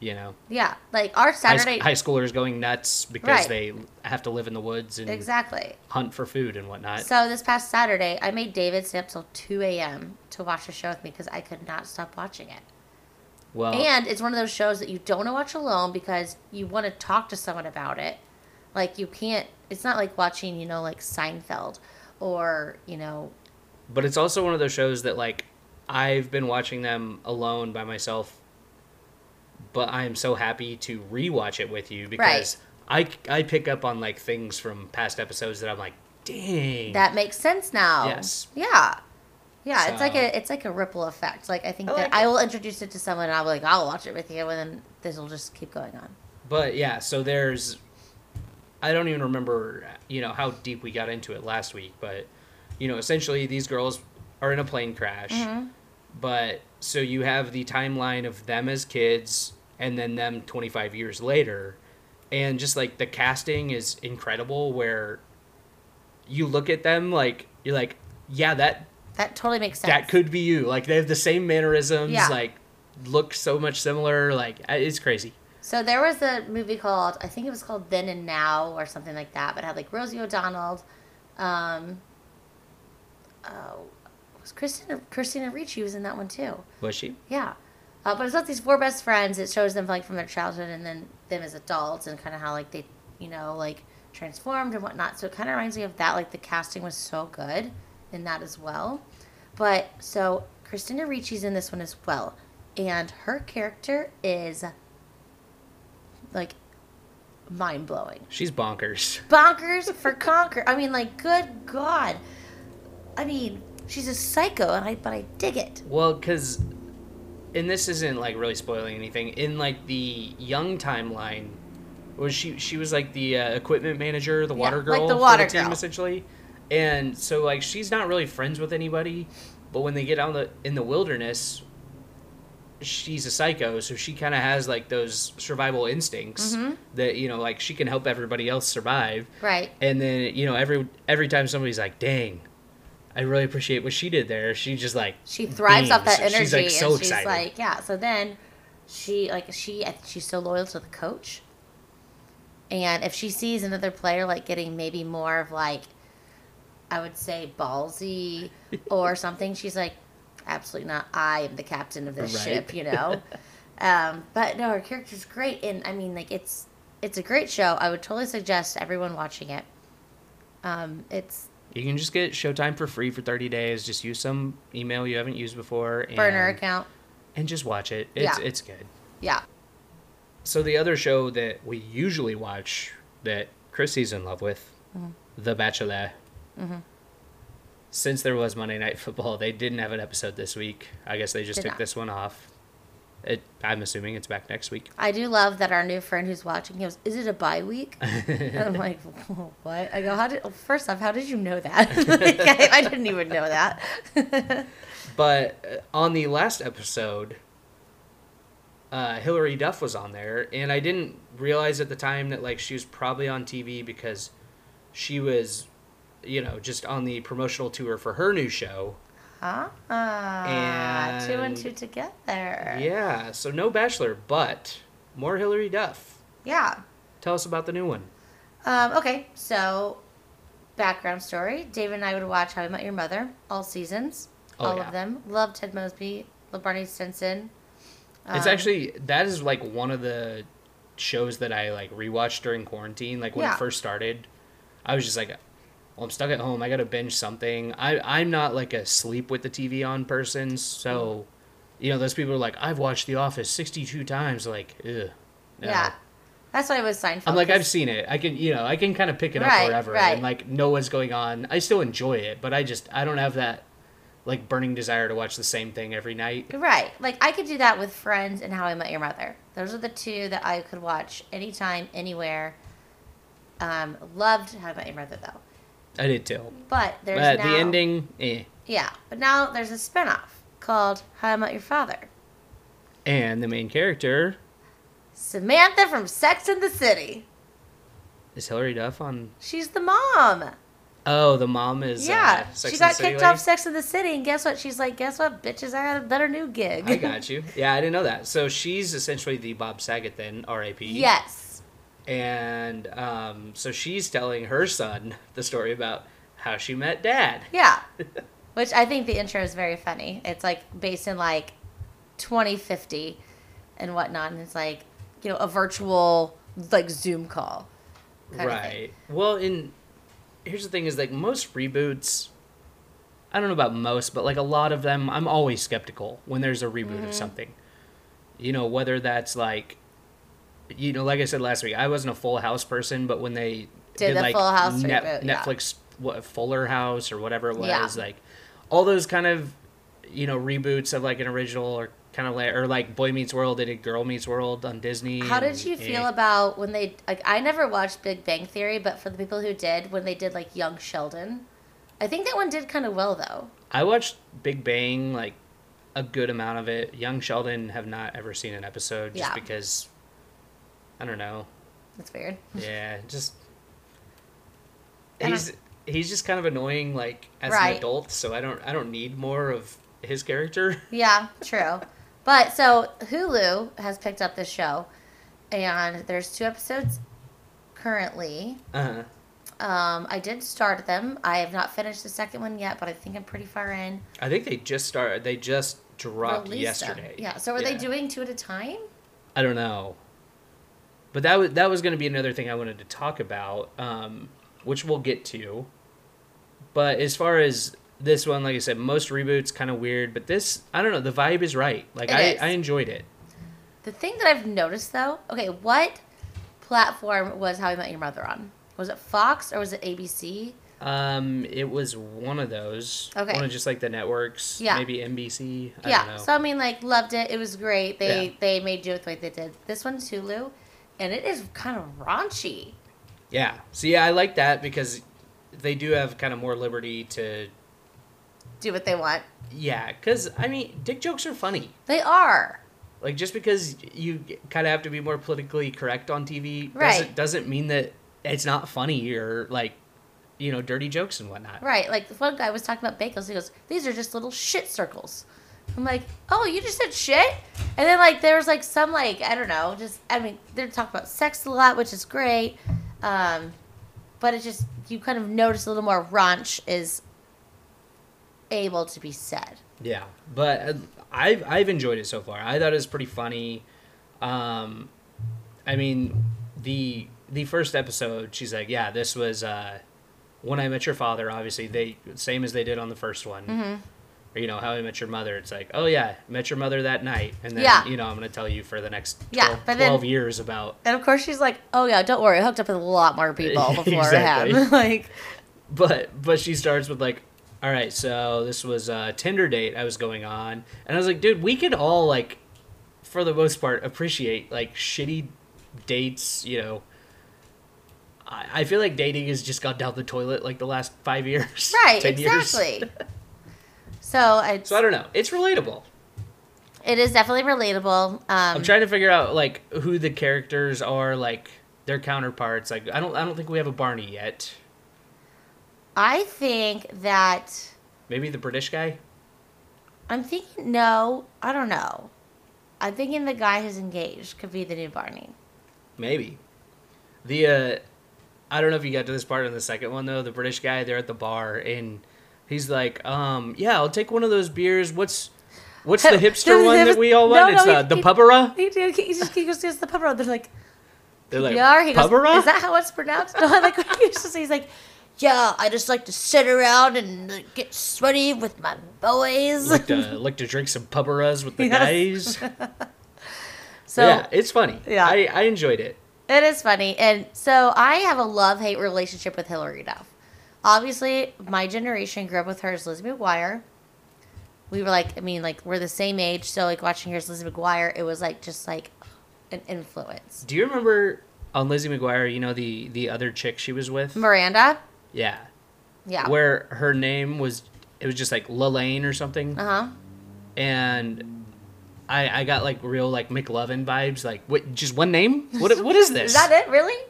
S5: you know
S6: Yeah, like our
S5: high,
S6: Saturday.
S5: high schoolers going nuts because
S6: Right.
S5: they have to live in the woods and
S6: exactly.
S5: hunt for food and whatnot.
S6: So this past Saturday, I made David stay up till 2 a.m. to watch the show with me because I could not stop watching it.
S5: well,
S6: And it's one of those shows that you don't want to watch alone because you want to talk to someone about it. Like you can't. It's not like watching, you know, like Seinfeld or you know
S5: but it's also one of those shows that like I've been watching them alone by myself, but I am so happy to rewatch it with you because I I pick up on like things from past episodes that I'm like, dang,
S6: that makes sense now.
S5: Yes.
S6: Yeah. Yeah, it's like
S5: So-
S6: a it's like a ripple effect. Like I think
S5: I
S6: that
S5: like
S6: I will introduce it to someone and I'll be like, I'll watch it with you and then this will just keep going on.
S5: But yeah, so there's I don't even remember, you know, how deep we got into it last week, but you know, essentially these girls are in a plane crash. But so you have the timeline of them as kids and then them 25 years later and just like the casting is incredible where you look at them like you're like, yeah, that
S6: That totally makes sense.
S5: that could be you. Like they have the same mannerisms,
S6: Yeah.
S5: like look so much similar, like I- it's crazy.
S6: So there was a movie called I think it was called Then and Now or something like that, but it had like Rosie O'Donnell, um, oh, it was Christina Christina Ricci was in that one too.
S5: Was she?
S6: Yeah, uh, but it's about these four best friends. It shows them like from their childhood and then them as adults and kind of how like they you know like transformed and whatnot. So it kind of reminds me of that. Like the casting was so good in that as well. But so Christina Ricci's in this one as well, and her character is like mind blowing
S5: She's bonkers.
S6: bonkers for conquer. I mean, like, good God. I mean, she's a psycho, and I but I dig it.
S5: Well, because, and this isn't like really spoiling anything. In like the young timeline, was she she was like the uh, equipment manager, the
S6: Yeah,
S5: water
S6: like
S5: girl,
S6: the
S5: for
S6: water
S5: team
S6: girl.
S5: essentially, and so like she's not really friends with anybody, but when they get out in the in the wilderness, she's a psycho, so she kind of has like those survival instincts
S6: Mm-hmm.
S5: that you know like she can help everybody else survive,
S6: Right.
S5: and then you know every every time somebody's like, dang. I really appreciate what she did there. She just like
S6: She thrives off that
S5: beams.
S6: energy,
S5: Mm. She's like so
S6: and she's
S5: excited.
S6: like, yeah. So then, she like she I think she's so loyal to the coach, and if she sees another player like getting maybe more of like, I would say ballsy or something, she's like, absolutely not. I am the captain of this
S5: Right.
S6: ship, you know. um, but no, her character's great, and I mean like it's it's a great show. I would totally suggest everyone watching it. Um, it's
S5: You can just get Showtime for free for 30 days. Just use some email you haven't used before and,
S6: burner account,
S5: and just watch it. It's
S6: Yeah.
S5: it's good.
S6: yeah.
S5: So the other show that we usually watch that Chrissy's in love with,
S6: Mm-hmm.
S5: The Bachelor. Since there was Monday Night Football, they didn't have an episode this week. I guess they just
S6: Did
S5: took
S6: not.
S5: this one off. It, I'm assuming it's back next week.
S6: I do love that our new friend who's watching, he goes, Is it a bye week? and I'm like, What? I go, How did, first off, how did you know that? Like, I, I didn't even know that.
S5: But uh, on the last episode, uh, Hillary Duff was on there, and I didn't realize at the time that like she was probably on TV because she was, you know, just on the promotional tour for her new show.
S6: huh? Ah, two and
S5: And-
S6: two together.
S5: Yeah, so no Bachelor, but more Hillary Duff.
S6: Yeah.
S5: Tell us about the new one.
S6: Um, okay, so background story David and I would watch How I Met Your Mother, all seasons,
S5: Oh,
S6: all
S5: yeah.
S6: of them. Love Ted Mosby, love Barney Stinson.
S5: it's
S6: Um,
S5: actually that is like one of the shows that I like rewatched during quarantine. Like when
S6: Yeah.
S5: it first started, I was just like, "Well, I'm stuck at home. I gotta binge something." I I'm not like a sleep with the TV on person, so you know those people are like, "I've watched The Office 62 times." Like, ugh. no.
S6: Yeah. That's why I was Seinfeld.
S5: I'm like
S6: 'cause-
S5: I've seen it. I can, you know, I can kind of pick it
S6: Right,
S5: up wherever
S6: right.
S5: and like know what's going on. I still enjoy it, but I just I don't have that like burning desire to watch the same thing every night.
S6: Right. Like I could do that with Friends and How I Met Your Mother. Those are the two that I could watch anytime, anywhere. Um, loved How I Met Your Mother though.
S5: I did too.
S6: But there's
S5: But
S6: now,
S5: the ending, eh.
S6: Yeah. But now there's a spinoff called How I Met Your Father.
S5: And the main character
S6: Samantha from Sex and the City.
S5: is Hillary Duff on.
S6: She's the mom.
S5: Oh, the mom is.
S6: yeah.
S5: uh, Sex
S6: she
S5: and the
S6: got
S5: City
S6: kicked
S5: lady?
S6: off Sex and the City and guess what? She's like, guess what, bitches, I got a better new gig.
S5: I got you. Yeah, I didn't know that. So she's essentially the Bob Saget then, R.I.P.
S6: Yes.
S5: And um, so she's telling her son the story about how she met dad.
S6: Yeah. Which I think the intro is very funny. It's like based in like 2050 and whatnot. And it's like, you know, a virtual like Zoom call. kind of thing.
S5: right. Well, in here's the thing: is like most reboots. I don't know about most, but like a lot of them, I'm always skeptical when there's a reboot
S6: Mm-hmm.
S5: of something. You know, whether that's like, you know, like I said last week, I wasn't a Full House person, but when they
S6: Did the
S5: like
S6: Full House
S5: Net-
S6: reboot, yeah.
S5: Netflix what, Fuller House or whatever it was,
S6: Yeah.
S5: like all those kind of you know reboots of like an original or kind of like or like Boy Meets World. They did Girl Meets World on Disney.
S6: How did
S5: and-
S6: you feel
S5: eh.
S6: about when they like I never watched Big Bang Theory, but for the people who did, when they did like Young Sheldon, I think that one did kind of well though.
S5: I watched Big Bang like a good amount of it. Young Sheldon have not ever seen an episode just
S6: Yeah.
S5: because I don't know.
S6: That's weird.
S5: Yeah, just
S6: I don't-
S5: he's he's just kind of annoying like as
S6: Right.
S5: an adult, so I don't I don't need more of his character.
S6: Yeah, true. but so Hulu has picked up this show, and there's two episodes currently.
S5: Uh-huh.
S6: Um, I did start them. I have not finished the second one yet, but I think I'm pretty far in.
S5: I think they just started. They just dropped
S6: Release them.
S5: yesterday.
S6: Yeah. So are they doing two at a time?
S5: I don't know. But that was that was going to be another thing I wanted to talk about, um, which we'll get to. But as far as this one, like I said, most reboots kind of weird, but this I don't know. The vibe is right. Like
S6: It
S5: I,
S6: is.
S5: I enjoyed it.
S6: The thing that I've noticed though, okay, what platform was How I Met Your Mother on? Was it Fox or was it ABC?
S5: Um, it was one of those.
S6: Okay.
S5: One of just like the networks.
S6: Yeah.
S5: Maybe NBC. I don't
S6: yeah.
S5: know.
S6: So I mean, like, loved it. It was great. They
S5: Yeah.
S6: they made do with what they did. This one's Hulu, and it is kind of raunchy.
S5: yeah. So yeah, I like that because they do have kind of more liberty to.
S6: Do what they want.
S5: Yeah, because I mean, dick jokes are funny.
S6: They are.
S5: Like just because you kind of have to be more politically correct on TV doesn't
S6: Right.
S5: doesn't mean that it's not funny or like you know dirty jokes and whatnot.
S6: Right. Like the one guy was talking about bagels. He goes, "These are just little shit circles." I'm like, "Oh, you just said shit," and then like there was like some like I don't know, just I mean they're talking about sex a lot, which is great, um, but it's just you kind of notice a little more raunch is able to be said.
S5: Yeah, but uh, I've I've enjoyed it so far. I thought it was pretty funny. Um, I mean the the first episode, she's like, yeah, this was uh, when I met your father. Obviously, they same as they did on the first one.
S6: Mm-hmm.
S5: Or, you know how I met your mother. It's like, oh yeah, met your mother that night, and then
S6: Yeah.
S5: you know I'm gonna tell you for the next 12,
S6: Yeah, but then-
S5: 12 years about
S6: And of course she's like, "Oh yeah, don't worry, I hooked up with a lot more people before
S5: Exactly.
S6: him." like,
S5: but but she starts with like all right so this was a tinder date i was going on and i was like dude we could all like for the most part appreciate like shitty dates you know i, I feel like dating has just gone down the toilet like the last five years
S6: right,
S5: 10 years.
S6: exactly. so I,
S5: so i don't know it's relatable
S6: it is definitely relatable. Um,
S5: i'm trying to figure out like who the characters are like their counterparts like i don't i don't think we have a barney yet
S6: I think that
S5: maybe the british guy
S6: I'm thinking no, I don't know. I'm thinking the guy who's engaged could be the new Barney.
S5: Maybe. The uh I don't know if you got to this part in the second one though. The British guy there at the bar and he's like, um, yeah, I'll take one of those beers. What's what's the hipster one that we all
S6: No,
S5: want?
S6: no,
S5: it's uh,
S6: he-
S5: the
S6: he-
S5: Pubbera.
S6: He, did- he just he goes to the pub road. They're like,
S5: They're like
S6: yeah. He goes,
S5: Pubbera?
S6: is that how it's pronounced? No, like he used to say, he's like, yeah, I just like to sit around and uh, get sweaty with my boys.
S5: like to like to drink some Pubberas with the
S6: Yes.
S5: guys.
S6: so
S5: yeah, it's funny.
S6: Yeah.
S5: I, I enjoyed it.
S6: It is funny. And so I have a love hate relationship with Hillary Duff. Obviously, my generation grew up with her as Lizzie McGuire. We were like, I mean, like, we're the same age. So, like, watching her as Lizzie McGuire, it was like just like an influence.
S5: Do you remember on Lizzie McGuire, you know the the other chick she was with?
S6: Miranda?
S5: yeah.
S6: Yeah.
S5: Where her name was it was just like Lalaine or something.
S6: uh huh.
S5: and I I got like real like McLovin vibes. Like what? Just one name? What what is this?
S6: Is that it, really?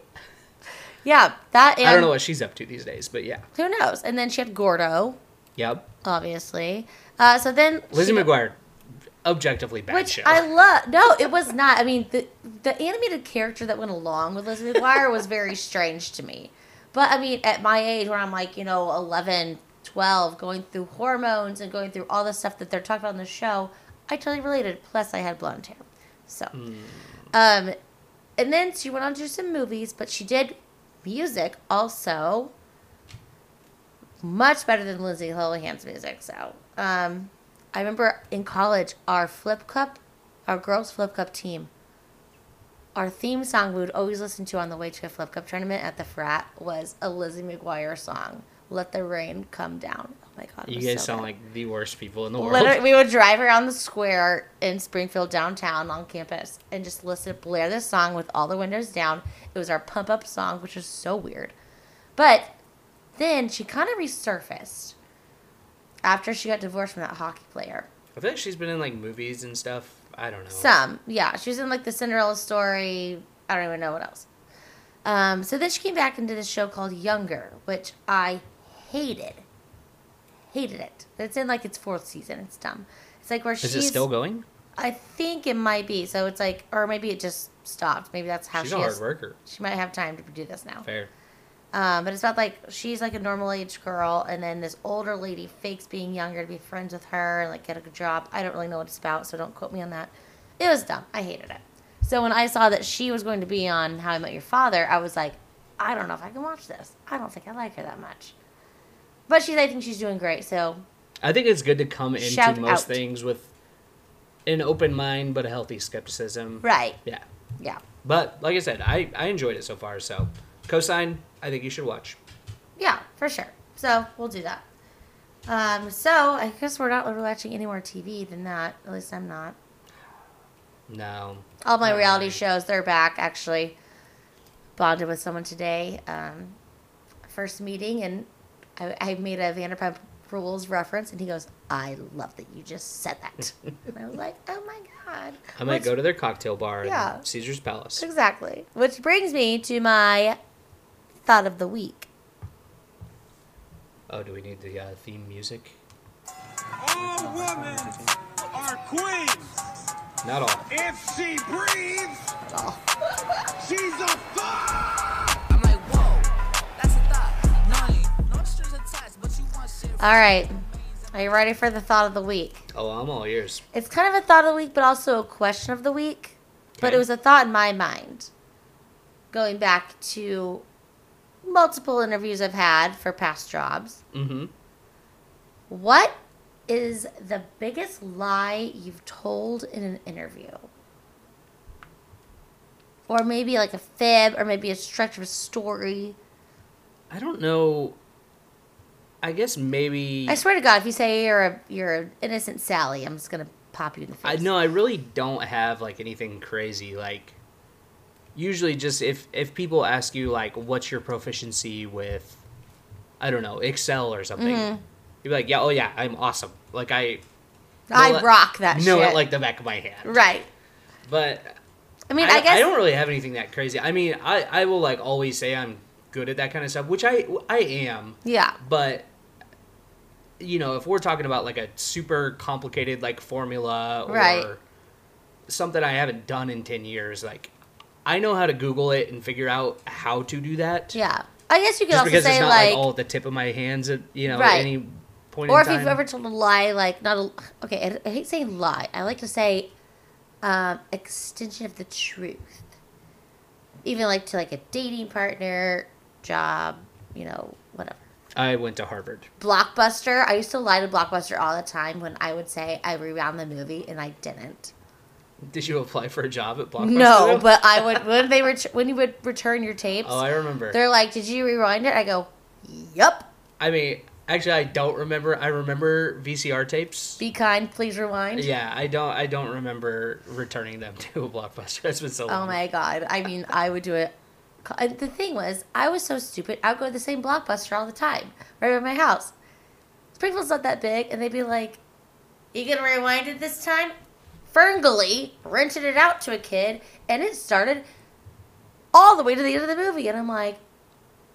S6: Yeah. That and
S5: I don't know what she's up to these days, but yeah,
S6: Who knows? And then she had Gordo,
S5: yep.
S6: obviously. Uh, so then.
S5: Lizzie
S6: she-
S5: McGuire, objectively bad
S6: Which
S5: show.
S6: I love. No, it was not. I mean, the the animated character that went along with Lizzie McGuire was very strange to me. But I mean, at my age, when I'm like, you know, 11, 12, going through hormones and going through all the stuff that they're talking about in the show, I totally related. Plus, I had blonde hair. So,
S5: Hmm.
S6: um, and then she went on to do some movies, but she did music also. Much better than Lindsay Lohan's music. So, um, I remember in college, our flip cup, our girls flip cup team, our theme song we would always listen to on the way to a flip cup tournament at the frat was a Lizzie McGuire song Let the Rain Come Down. Oh my God. it
S5: You
S6: was
S5: guys
S6: so
S5: sound
S6: bad.
S5: like the worst people in the world.
S6: Literally, we would drive around the square in Springfield downtown on campus and just listen blare this song with all the windows down. It was our pump up song, which is so weird. But then she kind of resurfaced after she got divorced from that hockey player.
S5: I feel like she's been in like movies and stuff. I don't know.
S6: Some, yeah, she was in like the Cinderella story. I don't even know what else. Um, so then she came back into this show called Younger, which I hated. Hated it. It's in like its fourth season. It's dumb. It's like where
S5: Is
S6: she's
S5: it still going?
S6: I think it might be. So it's like, or maybe it just stopped. Maybe that's how
S5: She's
S6: she
S5: a hard
S6: is.
S5: worker.
S6: She might have time to do this now.
S5: Fair.
S6: Um, but it's about like she's like a normal age girl, and then this older lady fakes being younger to be friends with her and like get a good job. I don't really know what it's about, so don't quote me on that. It was dumb. I hated it. So when I saw that she was going to be on How I Met Your Father, I was like, I don't know if I can watch this. I don't think I like her that much. But she's, I think she's doing great. So
S5: I think it's good to come into
S6: Shout
S5: most
S6: out.
S5: things with an open mind but a healthy skepticism.
S6: right,
S5: Yeah.
S6: yeah,
S5: But like I said, I, I enjoyed it so far, so cosine, I think you should watch.
S6: yeah, for sure. So we'll do that. Um, so I guess we're not really watching any more TV than that. At least I'm not.
S5: No.
S6: All my
S5: Not
S6: reality
S5: really.
S6: shows, they're back actually. Bonded with someone today. Um, first meeting, and I, I made a Vanderpump Rules reference, and he goes, I love that you just said that. and I was like, oh my God.
S5: I might
S6: Which-
S5: go to their cocktail bar
S6: Yeah.
S5: in Caesar's Palace.
S6: Exactly. Which brings me to my thought of the week.
S5: Oh, do we need the uh, theme music?
S7: All women are queens.
S5: Not all.
S7: If she breathes,
S6: Oh,
S7: she's a thought.
S4: I'm like, whoa, that's a thought. Nine. No strings attached, but you want shit.
S6: All right. Are you ready for the thought of the week?
S5: Oh, I'm all ears.
S6: It's kind of a thought of the week, but also a question of the week. But
S5: Okay.
S6: it was a thought in my mind going back to multiple interviews I've had for past jobs.
S5: Mm-hmm.
S6: What is the biggest lie you've told in an interview? Or maybe like a fib, or maybe a stretch of a story.
S5: I don't know. I guess maybe.
S6: I swear to God, if you say you're a you're an innocent Sally, I'm just gonna pop you in the face.
S5: I no, I really don't have like anything crazy. Like usually, just if if people ask you like, what's your proficiency with, I don't know, Excel or something,
S6: Mm-hmm.
S5: you'd be like, yeah, oh yeah, I'm awesome. Like I
S6: I
S5: no,
S6: rock that
S5: know
S6: shit.
S5: it like the back of my hand.
S6: right.
S5: But
S6: I mean, I,
S5: I
S6: guess
S5: don't really have anything that crazy. I mean, I I will like always say I'm good at that kind of stuff, which I I am.
S6: yeah.
S5: but you know if we're talking about like a super complicated like formula or
S6: Right.
S5: something i haven't done in 10 years like i know how to google it and figure out how to do that
S6: Yeah. I guess you could
S5: just
S6: also
S5: because it's
S6: say
S5: not
S6: like,
S5: like, all at the tip of my hands at you know
S6: Right.
S5: any point
S6: or
S5: in
S6: if
S5: time
S6: you've ever told a lie, like not a okay. I, I hate saying lie. I like to say um, extension of the truth. Even like to like a dating partner, job, you know, whatever.
S5: i went to harvard
S6: Blockbuster. I used to lie to Blockbuster all the time when I would say I rewound the movie and I didn't.
S5: did you apply for a job at blockbuster
S6: No,
S5: though?
S6: but I would when they ret- when you would return your tapes.
S5: oh i remember
S6: they're like, did you rewind it? I go, yup.
S5: i mean actually i don't remember i remember vcr tapes
S6: Be kind, please rewind.
S5: yeah i don't i don't remember returning them to a blockbuster that's been so long
S6: Oh my god! I mean, I would do it. And the thing was, I was so stupid. I would go to the same blockbuster all the time, right by my house. Springfield's not that big, and they'd be like, "You gonna rewind it this time?" Ferngully rented it out to a kid, and it started all the way to the end of the movie, and I'm like,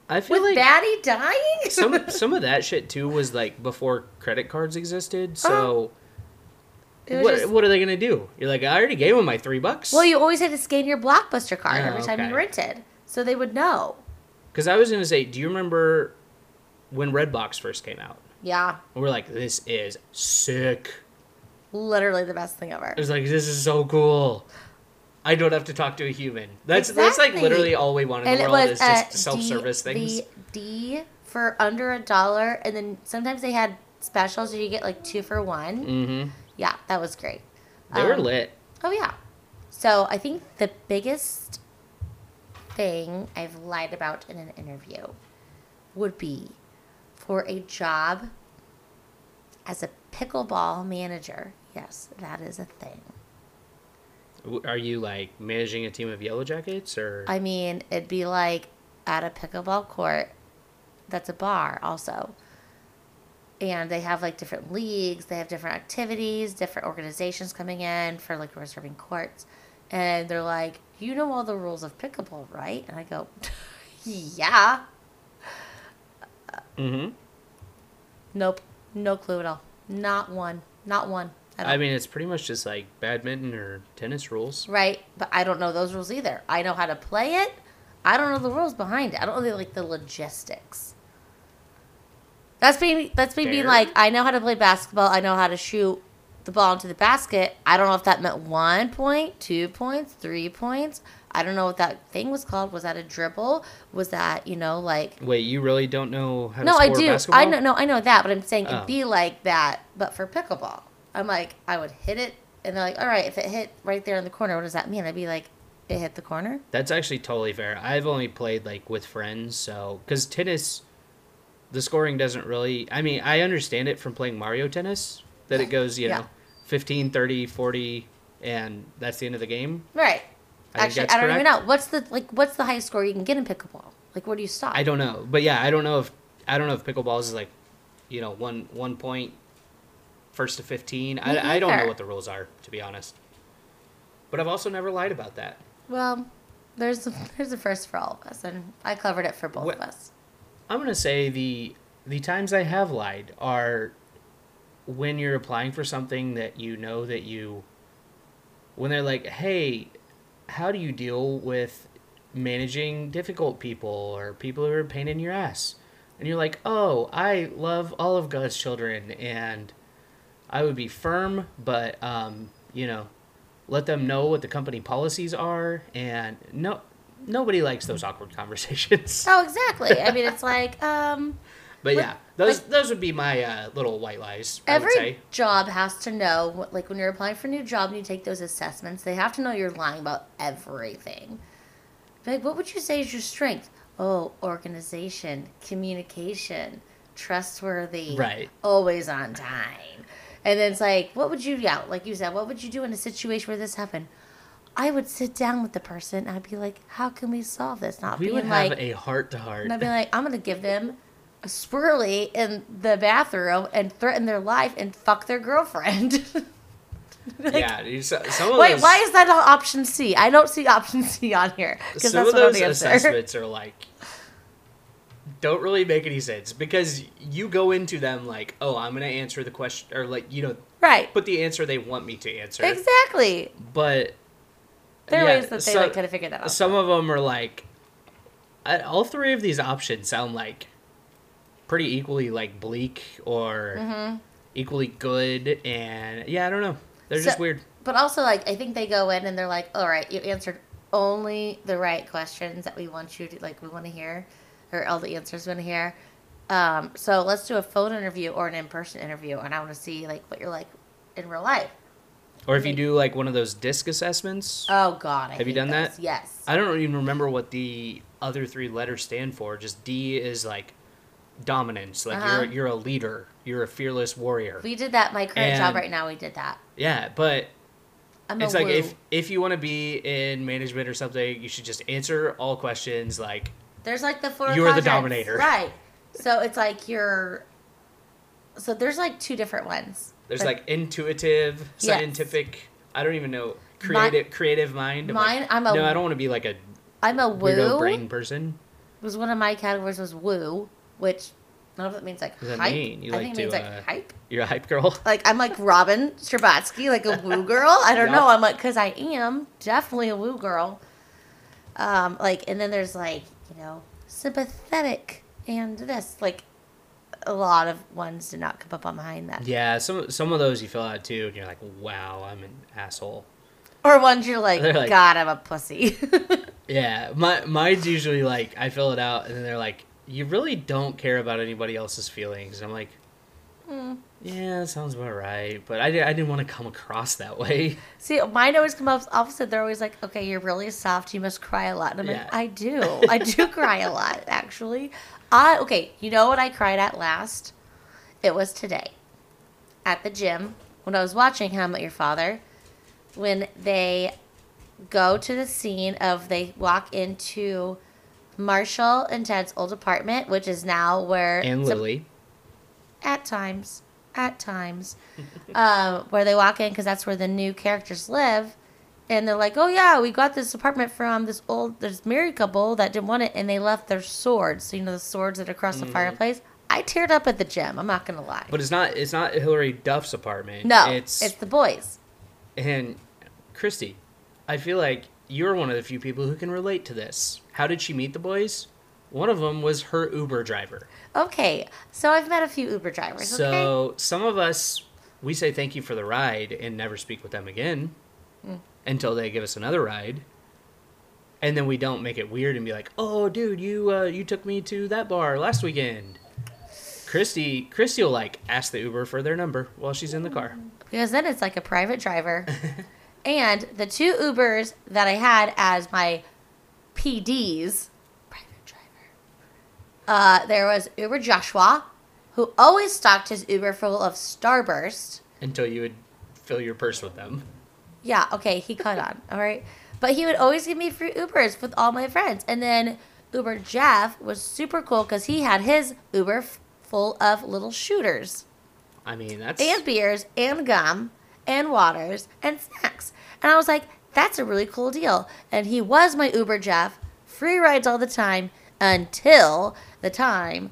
S5: i feel
S6: "With
S5: like
S6: Batty dying?"
S5: some some of that shit too was like before credit cards existed. So
S6: Uh-huh. It was
S5: what
S6: just-
S5: what are they gonna do? You're like, I already gave them my three bucks.
S6: well, you always had to scan your blockbuster card
S5: Oh,
S6: every time
S5: okay.
S6: you rented, so they would know.
S5: because I was gonna say, do you remember when Redbox first came out?
S6: Yeah,
S5: And we're like, this is sick.
S6: literally the best thing ever.
S5: It was like, this is so cool. I don't have to talk to a human. That's that's like
S6: Exactly.
S5: literally all we want in
S6: and
S5: the
S6: it
S5: world
S6: was
S5: is
S6: uh,
S5: just self service
S6: D-
S5: things.
S6: The D for under a dollar, and then sometimes they had specials where you get like two for one.
S5: Mm-hmm.
S6: Yeah, that was great.
S5: They were
S6: Um,
S5: lit.
S6: Oh yeah. So I think the biggest thing I've lied about in an interview would be for a job as a pickleball manager. Yes, that is a thing.
S5: W- Are you like managing a team of yellow jackets or
S6: I mean, it'd be like at a pickleball court that's a bar also. And they have like different leagues, they have different activities, different organizations coming in for like reserving courts. And they're like, You know all the rules of pickleball, right? And I go, Yeah.
S5: Mhm.
S6: Nope. No clue at all. Not one. Not one. At all.
S5: I mean, it's pretty much just like badminton or tennis rules.
S6: Right, but I don't know those rules either. I know how to play it. I don't know the rules behind it. I don't know like the logistics. That's me. That's me being
S5: Fair.
S6: like, I know how to play basketball. I know how to shoot the ball into the basket. I don't know if that meant one point, two points, three points. I don't know what that thing was called. Was that a dribble? Was that you know like?
S5: Wait, you really don't know how to
S6: No,
S5: score
S6: I do.
S5: basketball?
S6: I know. No, I know that. But I'm saying
S5: Oh.
S6: it'd be like that, but for pickleball. I'm like, I would hit it, and they're like, all right, if it hit right there in the corner, what does that mean? I'd be like, it hit the corner.
S5: That's actually totally fair. I've only played like with friends, so because tennis, the scoring doesn't really. I mean, I understand it from playing Mario Tennis that it goes, you
S6: Yeah.
S5: know, 15, 30, 40, and that's the end of the game.
S6: Right.
S5: I think
S6: Actually,
S5: that's
S6: I don't even
S5: correct.
S6: know what's the like. What's the highest score you can get in pickleball? Like, where do you stop?
S5: I don't know, but yeah, I don't know if I don't know if pickleballs is like, you know, one one point, first to fifteen.
S6: Me
S5: I, I don't know
S6: either.
S5: what the rules are to be honest. But I've also never lied about that.
S6: Well, there's there's a first for all of us, and I covered it for both
S5: What-
S6: of us.
S5: I'm gonna say the the times I have lied are when you're applying for something that you know that you when they're like, hey, how do you deal with managing difficult people or people who are a pain in your ass? And you're like, oh, I love all of God's children and I would be firm, but um, you know, let them know what the company policies are and no nobody likes those awkward conversations.
S6: Oh, exactly. I mean, it's like um, But-
S5: But yeah, those
S6: but-
S5: those would be my uh, little white lies. I would
S6: every
S5: say.
S6: job has to know what- like when you're applying for a new job and you take those assessments they have to know you're lying about everything like what would you say is your strength oh organization communication trustworthy
S5: Right.
S6: always on time and then it's like what would you yeah like you said what would you do in a situation where this happened i would sit down with the person and i'd be like how can we solve this not
S5: we
S6: being
S5: would
S6: like
S5: have a heart to heart.
S6: and I'd be like, I'm gonna give them a swirly in the bathroom and threaten their life and fuck their girlfriend.
S5: Yeah, you- so- some of
S6: Wait,
S5: those,
S6: why is that on option C? I don't see option C on here because
S5: some
S6: that's
S5: of
S6: not
S5: those
S6: the answer.
S5: assessments are like don't really make any sense because you go into them like, oh, I'm gonna answer the question or like you know
S6: Right.
S5: put the answer they want me to answer,
S6: Exactly.
S5: but
S6: There are
S5: yeah,
S6: ways that they
S5: so-
S6: like, could have figured that out.
S5: some of them are like I- all three of these options sound like pretty equally like bleak or
S6: Mm-hmm.
S5: equally good and yeah i don't know they're just
S6: So-
S5: weird
S6: But also, like, I think they go in and they're like, all right, you answered only the right questions that we want you to, like, we want to hear, or all the answers we want to hear. Um, so let's do a phone interview or an in person interview, and I want to see, like, what you're like in real life.
S5: or if you do like one of those disc assessments
S6: Oh, God. I
S5: Have you
S6: hate
S5: done that?
S6: those. Yes.
S5: i don't even remember what the other three letters stand for just d is like dominance like
S6: Uh-huh.
S5: you're, you're a leader you're a fearless warrior
S6: we did that. My current
S5: And-
S6: job right now, we did that.
S5: yeah but
S6: I'm
S5: it's
S6: a
S5: like
S6: woo.
S5: if if you want to be in management or something you should just answer all questions like
S6: There's like the four.
S5: You are the
S6: quadrants,
S5: dominator.
S6: right? So it's like you're. So there's like two different ones.
S5: There's
S6: But
S5: like intuitive,
S6: Yes.
S5: scientific. I don't even know creative creative mind. I'm
S6: Mine-
S5: like,
S6: I'm a-
S5: no. I don't want to be like a
S6: I'm a
S5: weirdo
S6: woo.
S5: brain person.
S6: Was one of my categories was woo, which I don't know if that means like
S5: What does that
S6: hype.
S5: mean? You
S6: I
S5: like
S6: think
S5: to,
S6: it means
S5: uh,
S6: like hype.
S5: You're a hype girl.
S6: Like I'm like Robin Strabatsky, like a woo girl. I don't
S5: Yup.
S6: know. I'm like because I am definitely a woo girl. Um, like and then there's like you know sympathetic and this like a lot of ones did not come up on behind that.
S5: Yeah, some some of those you fill out too, and you're like, wow, I'm an asshole.
S6: Or ones you're like,
S5: They're like-
S6: God, I'm a pussy.
S5: Yeah, my mine's usually like I fill it out, and then they're like, you really don't care about anybody else's feelings. And I'm like, Yeah, that sounds about right. But I, di- I didn't want to come across that way.
S6: See, mine always come up opposite. They're always like, "Okay, you're really soft. You must cry a lot." And I'm
S5: Yeah.
S6: like, "I do. I do cry a lot, actually." I okay. You know what I cried at last? It was today, at the gym when I was watching him at your father, when they go to the scene of they walk into Marshall and Ted's old apartment, which is now where
S5: And
S6: some-
S5: Lily.
S6: at times, at times, uh, where they walk in because that's where the new characters live, and they're like, "Oh yeah, we got this apartment from this old this married couple that didn't want it, and they left their swords. So you know the swords that are across the fireplace. I teared up at the gym. I'm not gonna lie.
S5: Mm-hmm. But it's not it's not Hillary Duff's apartment.
S6: no,
S5: it's,
S6: it's the boys.
S5: and Christy. I feel like you're one of the few people who can relate to this. How did she meet the boys? One of them was her Uber driver.
S6: Okay, so I've met a few Uber drivers. okay?
S5: So some of us, we say thank you for the ride and never speak with them again
S6: Hmm.
S5: until they give us another ride, and then we don't make it weird and be like, "Oh, dude, you uh, you took me to that bar last weekend." Christy, Christy will like ask the Uber for their number while she's in the car.
S6: because then it's like a private driver. and the two Ubers that I had as my PDs, private driver, uh, there was Uber Joshua, who always stocked his Uber full of Starburst.
S5: until you would fill your purse with them.
S6: Yeah, okay, he caught on. All right. But he would always give me free Ubers with all my friends. And then Uber Jeff was super cool because he had his Uber f- full of little shooters.
S5: I mean, that's
S6: and beers and gum and waters and snacks. And I was like, that's a really cool deal. And he was my Uber Jeff, free rides all the time until the time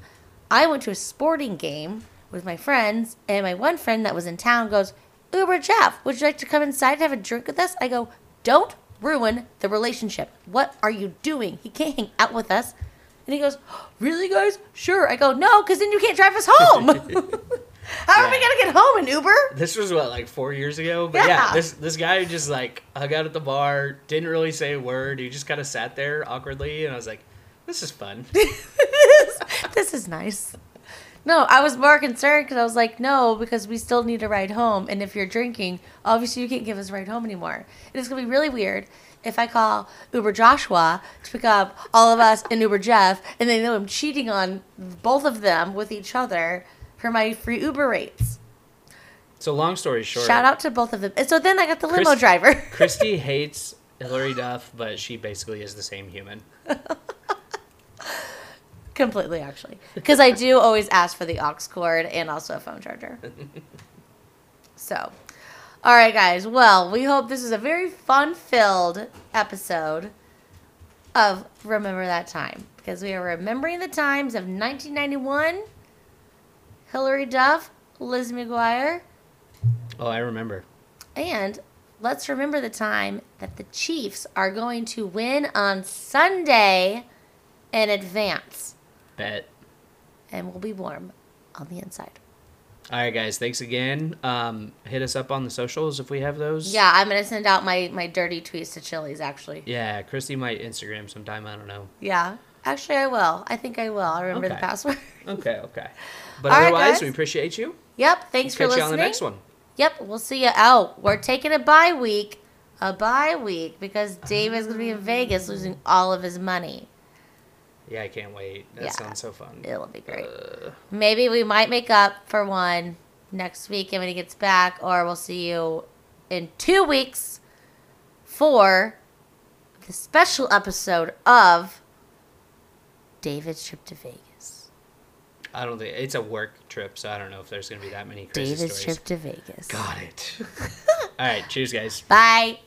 S6: I went to a sporting game with my friends. And my one friend that was in town goes, Uber Jeff, would you like to come inside and have a drink with us? I go, don't ruin the relationship. What are you doing? He can't hang out with us. And he goes, really, guys? Sure. I go, no, because then you can't drive us home. How are we
S5: Yeah.
S6: gonna get home in Uber?
S5: this was what like four years ago. But yeah.
S6: Yeah.
S5: this this guy just like hung out at the bar, didn't really say a word. He just kind of sat there awkwardly, and I was like, "This is fun."
S6: this is nice. No, I was more concerned because I was like, no, because we still need a ride home. And if you're drinking, obviously you can't give us a ride home anymore. And it's gonna be really weird if I call Uber Joshua to pick up all of us and Uber Jeff, and they know I'm cheating on both of them with each other for my free Uber rates.
S5: so long story short,
S6: Shout out to both of them. And so then I got the limo
S5: Chris-
S6: driver.
S5: Christy hates Hillary Duff, but she basically is the same human.
S6: Completely, actually, because I do always ask for the aux cord and also a phone charger. so, all right, guys. Well, we hope this is a very fun-filled episode of Remember That Time because we are remembering the times of 1991. Hillary Duff, Liz McGuire,
S5: Oh, I remember.
S6: and let's remember the time that the Chiefs are going to win on Sunday in advance
S5: Bet.
S6: and we'll be warm on the inside.
S5: All right, guys. Thanks again. Um, hit us up on the socials if we have those.
S6: Yeah, I'm gonna send out my my dirty tweets to Chili's actually.
S5: Yeah, Christy might Instagram sometime. I don't know.
S6: Yeah, actually I will. I think I will. I remember the
S5: Okay.
S6: password.
S5: Okay, okay. But
S6: All right,
S5: otherwise,
S6: guys.
S5: we appreciate you.
S6: yep. Thanks for
S5: Catch
S6: listening.
S5: you on the next one.
S6: Yep. We'll see you. Oh, we're taking a bye week. A bye week because Dave is gonna be in Vegas losing all of his money.
S5: Yeah, I can't wait. That
S6: Yeah.
S5: sounds so fun.
S6: It'll be great. Maybe we might make up for one next week when he gets back, or we'll see you in two weeks for the special episode of David's trip to Vegas.
S5: I don't think it's a work trip, so I don't know if there's gonna be that many crazy
S6: David's
S5: stories.
S6: trip to Vegas.
S5: Got it. All right, cheers, guys.
S6: Bye.